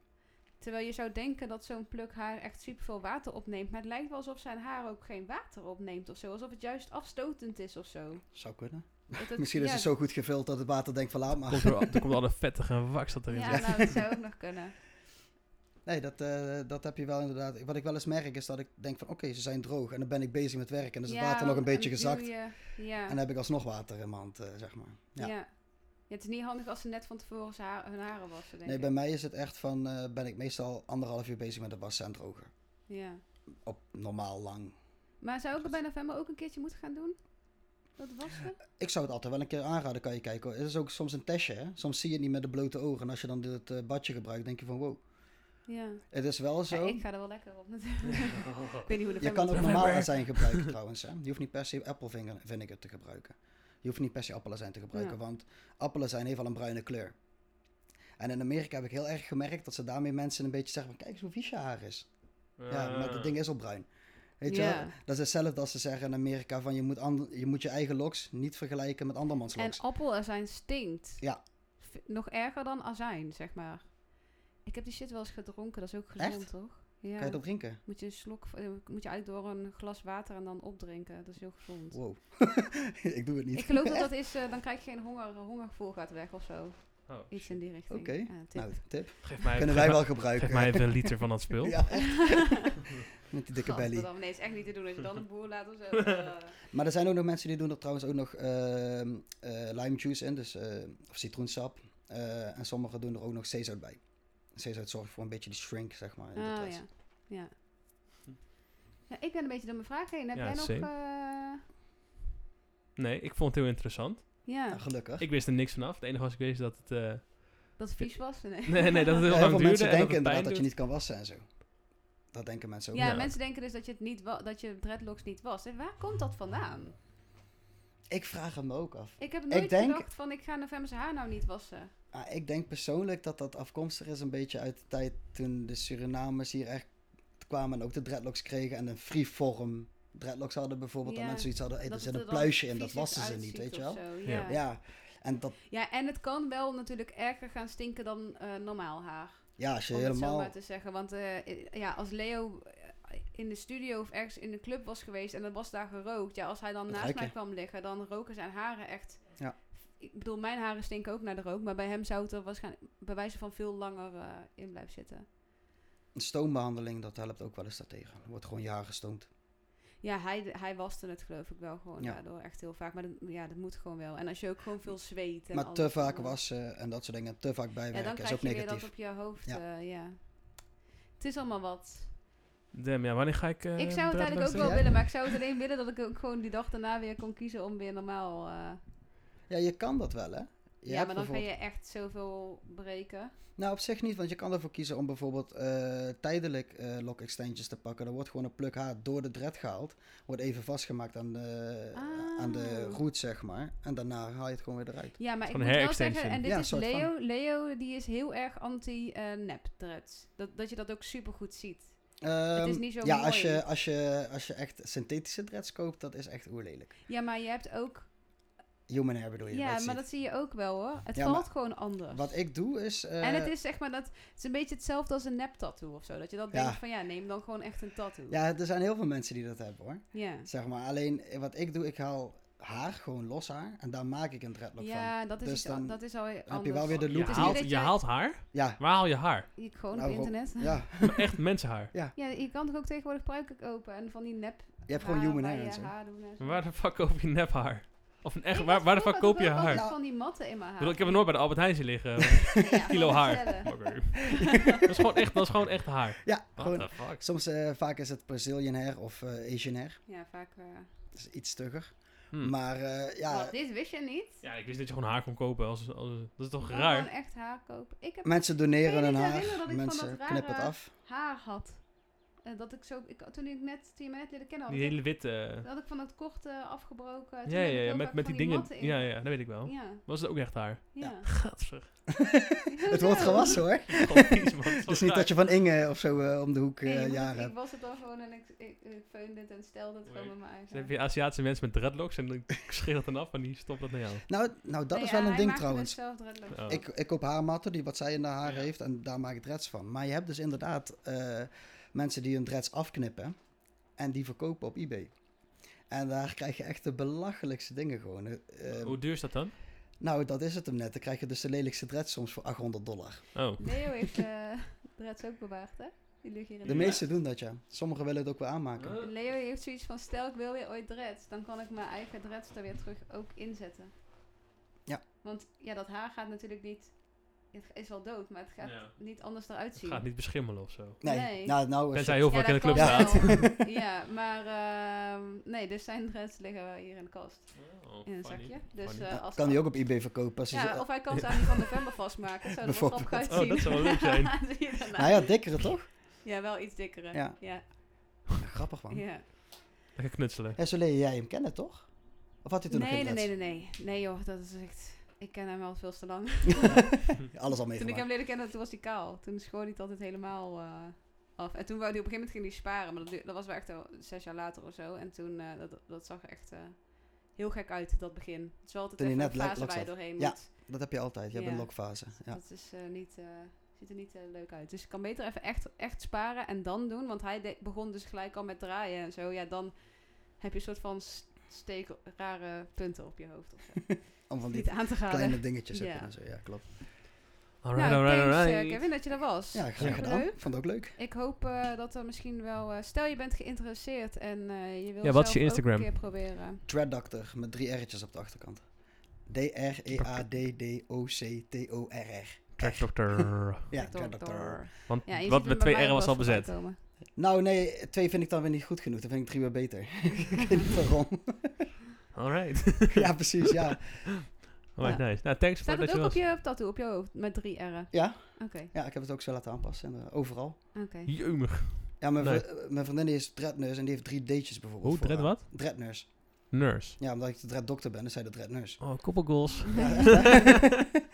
Terwijl je zou denken dat zo'n pluk haar echt superveel water opneemt. Maar het lijkt wel alsof zijn haar ook geen water opneemt of zo. Alsof het juist afstotend is of zo.
Zou kunnen.
Dat het-
Misschien is
ja,
het zo goed gevuld dat het water denkt van laat maar.
Komt er, al- er komt al de vettige wax dat erin
Ja,
zit.
nou, dat zou ook nog kunnen.
Nee, dat, eh, dat heb je wel inderdaad. Wat ik wel eens merk is dat ik denk van oké, ze zijn droog. En dan ben ik bezig met werk en dan is
Ja,
het water nog een
want-
beetje
en
gezakt.
duw je- ja.
En dan heb ik alsnog water in mijn hand, eh, zeg maar.
ja.
Ja.
ja. Het is niet handig als ze net van tevoren zijn haar- hun haren wassen, denk
Nee,
ik.
bij mij is het echt van, eh, ben ik meestal anderhalf uur bezig met het wassen en drogen.
Ja.
Op normaal lang.
Maar zou ik het bij november ook een keertje moeten gaan doen? Dat wassen?
Ik zou het altijd wel een keer aanraden, kan je kijken. hoor. Het is ook soms een testje, hè. Soms zie je het niet met de blote ogen. En als je dan dit eh, badje gebruikt, denk je van wow.
Ja.
Het is wel
Ja,
zo.
ik ga er wel lekker op natuurlijk.
[LAUGHS]
ik weet niet hoe de
Je kan ook
November.
normaal azijn gebruiken trouwens. Hè? Je hoeft niet per se appelvinger- vinegar te gebruiken. Je hoeft niet per se appelazijn te gebruiken,
Ja.
want appelazijn heeft al een bruine kleur. En in Amerika heb ik heel erg gemerkt dat ze daarmee mensen een beetje zeggen van... Kijk eens hoe vies je haar is.
Eh.
Ja, maar dat ding is al bruin. Weet je
Ja.
wel? Dat is hetzelfde als ze zeggen in Amerika van... Je moet, an- je, moet je eigen loks niet vergelijken met andermans
En
loks.
appelazijn stinkt.
Ja.
V- Nog erger dan azijn, zeg maar. Ik heb die shit wel eens gedronken, dat is ook gezond,
Echt?
toch? Ja.
Kan je dat drinken?
Moet je een slok, eh, moet je eigenlijk door een glas water en dan opdrinken. Dat is heel gezond.
Wow. [LAUGHS] ik doe het niet.
Ik geloof
[LAUGHS]
dat dat is, eh, dan krijg je geen honger, hongergevoel gaat weg of zo.
Oh,
Iets in die richting.
Oké.
Ja, tip.
Nou, tip.
Geef mij, geef
Kunnen wij wel
mij-
gebruiken.
Geef mij even een liter van dat spul.
[LAUGHS] Ja, echt. [LAUGHS] Met die dikke belly.
Gadverdamme, Nee, is echt niet te doen als je dan een boer laat of zo.
[LAUGHS]
Eh,
Maar er zijn ook nog mensen die doen er trouwens ook nog ehm, eh, lime juice in, dus, eh, of citroensap. Eh, en sommigen doen er ook nog zeezout bij. Zeezout zorgt voor een beetje die shrink, zeg maar. in de
oh
dreads.
ja. ja. Ja, ik ben een beetje door mijn vraag heen. Heb
Ja,
jij nog...
same.
eh,
Nee, ik vond het heel interessant.
ja,
Nou, gelukkig.
Ik wist er niks vanaf. Het enige was ik wist dat het... eh, [LAUGHS]
dat het vies was.
[LAUGHS]
Nee.
nee, nee, dat het heel
Ja, heel
lang
veel
duurde
mensen
en dat
denken
het
inderdaad
pijn
dat je
doet.
niet kan wassen en zo. Dat denken mensen ook.
Ja,
Ja.
mensen denken dus dat je, het niet wa- dat je dreadlocks niet was. En waar komt dat vandaan?
Ik vraag het me ook af.
Ik heb nooit
denk-
gedacht van ik ga november's haar nou niet wassen.
Ah, ik denk persoonlijk dat dat afkomstig is een beetje uit de tijd toen de Surinamers hier echt kwamen en ook de dreadlocks kregen en een freeform dreadlocks hadden bijvoorbeeld.
Ja,
dat mensen iets hadden, hey, er
Dat
zit
het
een
er dan
pluisje in, dat
vies
wassen ze niet,
uitziet
weet je
of
wel.
zo,
Ja.
Ja. Ja.
Ja, en dat,
en het kan wel natuurlijk erger gaan stinken dan eh, normaal haar.
ja, als je
Om het zo
helemaal...
maar te zeggen. Want eh, i- ja, als Leo eh, in de studio of ergens in de club was geweest en er was daar gerookt. Ja, als hij dan
Dat
naast
ruik
mij
je.
kwam liggen, dan roken zijn haren echt.
Ja.
Ik bedoel, mijn haren stinken ook naar de rook. Maar bij hem zou het er waarschijnlijk bij wijze van veel langer eh, in blijven zitten.
Een stoombehandeling, dat helpt ook wel eens daartegen. Er wordt gewoon jaren gestoomd.
Ja, hij, hij waste het geloof ik wel gewoon
Ja.
daardoor echt heel vaak. Maar dat, ja, dat moet gewoon wel. En als je ook gewoon veel zweet. En
Maar te
alles,
vaak
dan-
wassen en dat soort dingen, te vaak
Ja, dan
bijwerken is
krijg
ook
je weer dat
negatief.
op je hoofd.
Ja.
eh, ja. Het is allemaal wat.
Damn, ja, wanneer ga ik... eh,
Ik zou het eigenlijk ook
dreadlocks
wel
doen?
Jij?
willen, maar ik zou het alleen willen dat ik ook gewoon die dag daarna weer kon kiezen om weer normaal. eh,
Ja, je kan dat wel, hè? Je
ja,
hebt
maar dan ga
bijvoorbeeld-
je echt zoveel breken.
Nou, op zich niet, want je kan ervoor kiezen om bijvoorbeeld eh, tijdelijk eh lock extensions te pakken. Er wordt gewoon een pluk haar door de dread gehaald. Wordt even vastgemaakt aan de,
Ah.
aan de root, zeg maar. En daarna haal je het gewoon weer eruit.
Ja, maar ik
Gewoon
moet wel
hair-extension.
zeggen, en dit
Ja,
is
soort van.
Leo. Leo die is heel erg anti eh nep dreads. Dat, dat je dat ook super goed ziet. het is
Ehm,
niet zo
ja,
mooi.
als je, als, je, als je echt synthetische dreads koopt, dat is echt oerlelijk.
Ja, maar je hebt ook.
Human hair bedoel je?
Ja,
dat
maar
ziet.
dat zie je ook wel hoor. Het
Ja,
valt
maar-
gewoon anders.
Wat ik doe is... eh,
en het is zeg maar dat. Het is een beetje hetzelfde als een nep tattoo of zo. Dat je dat
Ja.
denkt van ja, neem dan gewoon echt een tattoo. Ja.
Ja, er zijn heel veel mensen die dat hebben, hoor.
Ja,
Zeg maar, alleen eh, wat ik doe, ik haal haar, gewoon los haar. En daar maak ik een dreadlock van.
dat, is
Dus
iets a-
dan
dat is al. Anders.
heb je wel weer de
Je
look.
is
haalt,
niet dat
je
jij-
haalt haar?
Ja,
Waar haal je haar? [LAUGHS]
Je- Gewoon
Nou,
op
gewoon-
internet.
ja.
Maar echt mensenhaar.
Ja, je kan toch ook tegenwoordig pruiken kopen en van die nep. eh,
Je hebt gewoon human hair en
en
zo.
[LAUGHS]
Maar waar de fuck koop je nephaar? Of een echt, waar, waar de fuck koop je haar?
Ik had van die matten in mijn
Ik
haar.
bedoel, ik heb er nooit bij de Albert Heijn zien liggen.
[LAUGHS] Ja,
[LAUGHS] kilo
dat
haar.
vertellen.
Oké. dat, is gewoon echt, dat is gewoon echt haar.
Ja,
What
gewoon.
the fuck?
Soms eh, vaak is het Brazilian hair of eh, Asian hair.
Ja, vaak. eh,
Dat is iets stugger.
Hmm.
Maar eh, ja,
wat, dit wist je niet?
Ja, ik wist dat je gewoon haar kon kopen. Als, als, dat is toch
Ik kan
raar?
gewoon echt haar kopen. Ik heb
mensen
Kun
doneren
je
hun
niet herinneren dat ik
haar.
van
Mensen
dat
knippen het
rare- [LAUGHS]
af.
haar had. Eh, dat ik zo, ik, toen ik net, toen je mij net leerde kennen, had,
Die
ik-
hele witte... eh,
dat had ik van dat korte afgebroken. Toen
Ja, ja,
heb ik
ja,
heel
met,
vaak
met
van
die dingen.
matten in.
Ja, ja, dat weet ik wel.
ja.
Was het ook echt haar?
ja.
[LAUGHS] Gadver.
[LAUGHS]
Het wordt gewassen hoor.
Gewoon vies, man.
Het is niet dat je van Inge of zo eh, om de hoek
Nee, je
eh,
moet het-
jaren
ik
hebt.
was het al gewoon en ik, ik, ik feunde het en stelde het gewoon
Oei.
met mijn
Dus Dan heb
eigen.
je Aziatische mensen met dreadlocks en dan scheer dat dan af en die stopt dat naar jou.
Nou, nou dat
Nee,
is wel
ja,
een
hij
ding
maakte dus
trouwens.
zelf dreadlocks.
Oh.
Ik, ik koop haarmatten, die wat zij in haar haar
Ja.
heeft, en daar maak ik dreads van. Maar je hebt dus inderdaad eh, mensen die hun dreads afknippen en die verkopen op eBay. En daar krijg je echt de belachelijkste dingen gewoon. Eh,
ehm,
eh,
Hoe duur is dat dan?
nou, dat is het hem net. Dan krijg je dus de lelijkste dreads soms voor 800 dollar.
Oh.
Leo heeft eh dreads ook bewaard, hè? Die liggen hier in
De
de
meeste doen dat, ja. Sommigen willen het ook weer aanmaken.
kast. Leo heeft zoiets van, stel ik wil weer ooit dreads, dan kan ik mijn eigen dreads er weer terug ook inzetten.
Ja.
Want ja, dat haar gaat natuurlijk niet... Het is wel dood, maar het gaat
Ja.
niet anders eruit
Het
zien.
gaat niet beschimmelen of zo.
Nee,
Nee.
nou, nou is
Tenzij
het-
heel vaak in de
dat
club
kan
staat.
wel. [LAUGHS] ja, maar ehm, nee, dus zijn dreads liggen hier in de kast. In een zakje. Dus,
Oh, funny.
eh,
nou,
als
kan die ook op eBay verkopen. Als ja,
ja, of hij kan ze aan die van november
[LAUGHS]
vastmaken. Zou er wel grappig
Bijvoorbeeld.
uitzien.
Oh, dat zou wel leuk zijn.
[LAUGHS] Zie je daarna.
nou ja, dikkere toch? [LAUGHS]
Ja, wel iets dikkere.
Ja.
Ja,
Grappig man.
ja.
Lekker knutselen.
Ja, zo leer jij hem kennen toch? Of had hij toen nog
Nee,
geen
nee, nee,
dreads?
nee, nee. Nee joh, dat is echt... Ik ken hem al veel te lang.
[LAUGHS] Alles
[LAUGHS] toen
al
ik
meegemaakt.
hem leerde kennen, toen was hij kaal. Toen schoor hij het altijd helemaal eh, af. En toen wou hij op een gegeven moment ging hij sparen. Maar dat, du- dat was wel echt al zes jaar later of zo. En toen, eh, dat, dat zag er echt eh, heel gek uit, dat begin. Het is wel altijd
Toen hij
even
net
een fase
lak-
waar je
lak
doorheen
Ja.
moet.
Dat heb je altijd. Je hebt
Ja.
een lokfase. Ja.
Dat is, eh, niet, eh, ziet er niet eh, leuk uit. Dus ik kan beter even echt, echt sparen en dan doen. Want hij de- begon dus gelijk al met draaien en zo. Ja, dan heb je een soort van s- steek rare punten op je hoofd of zo.
Om van die
niet aan te gaan.
kleine dingetjes heb je
Ja.
dan zo. Ja, klopt.
Alright,
nou,
alright,
thanks, eh,
alright.
Kevin, dat je er was.
Ja, graag
Ja.
gedaan.
Leuk.
Vond het ook leuk.
Ik hoop eh, dat er misschien wel... eh, stel je bent geïnteresseerd en eh, je wilt
Ja, wat
zelf
is je
ook
Instagram?
een keer proberen.
Dread Doctor met drie R'tjes op de achterkant. E D-R-E-A-D-D-O-C-T-O-R-R.
[LAUGHS]
Track Doctor.
Ja,
Door-
Dread Doctor.
door.
Want
Ja, je
wat
ziet
met
hem bij
2 R
mij
was al
wel voorbij
bezet.
komen.
Nou nee, twee vind ik dan weer niet goed genoeg. Dan vind ik drie weer beter. [LAUGHS] ik weet niet waarom.
Alright.
ja, precies. Ja.
Alright,
Ja.
nice. Nou, thanks voor
Staat
dat
het
je
ook op
was.
je tattoo, op je hoofd, met drie
[LAUGHS]
R'en?
Ja?
Oké,
ja, ik heb het ook zo laten aanpassen. En, eh, overal.
oké.
Jeumig.
Ja, mijn,
Nee.
vri- eh, mijn vriendin die is dreadnurse en die heeft drie D'tjes bijvoorbeeld.
Hoe?
voor
Dread
haar.
wat?
Dreadnurse.
Nurse.
Ja, omdat ik de dreaddokter ben, is zij de
[LAUGHS]
dreadnurse.
Oh, koppelgoals.
Ja, [LAUGHS]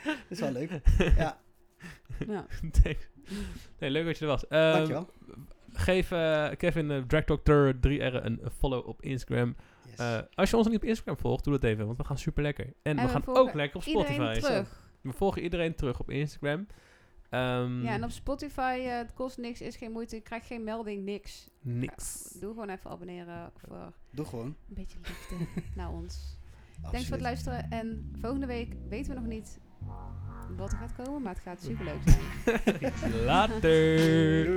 dat is wel leuk. Ja,
Ja.
nee, leuk dat je er was. Ehm,
dankjewel.
Geef eh, Kevin eh, Drag Doctor 3R een eh, follow op Instagram.
Yes.
Eh, als je ons nog niet op Instagram volgt, doe dat even, want we gaan super lekker. En, we,
we
gaan
volgen
ook lekker op Spotify.
Iedereen
zo.
terug.
We volgen iedereen terug op Instagram. Ehm,
Ja, en op Spotify, eh, het kost niks, is geen moeite. Je krijgt geen melding, niks. Eh,
Niks.
Doe gewoon even abonneren voor
Doe gewoon.
een beetje liefde
[LAUGHS]
naar ons. Thanks voor
Absoluut.
het luisteren. En volgende week weten we nog niet wat er gaat komen, maar het gaat superleuk zijn.
Later.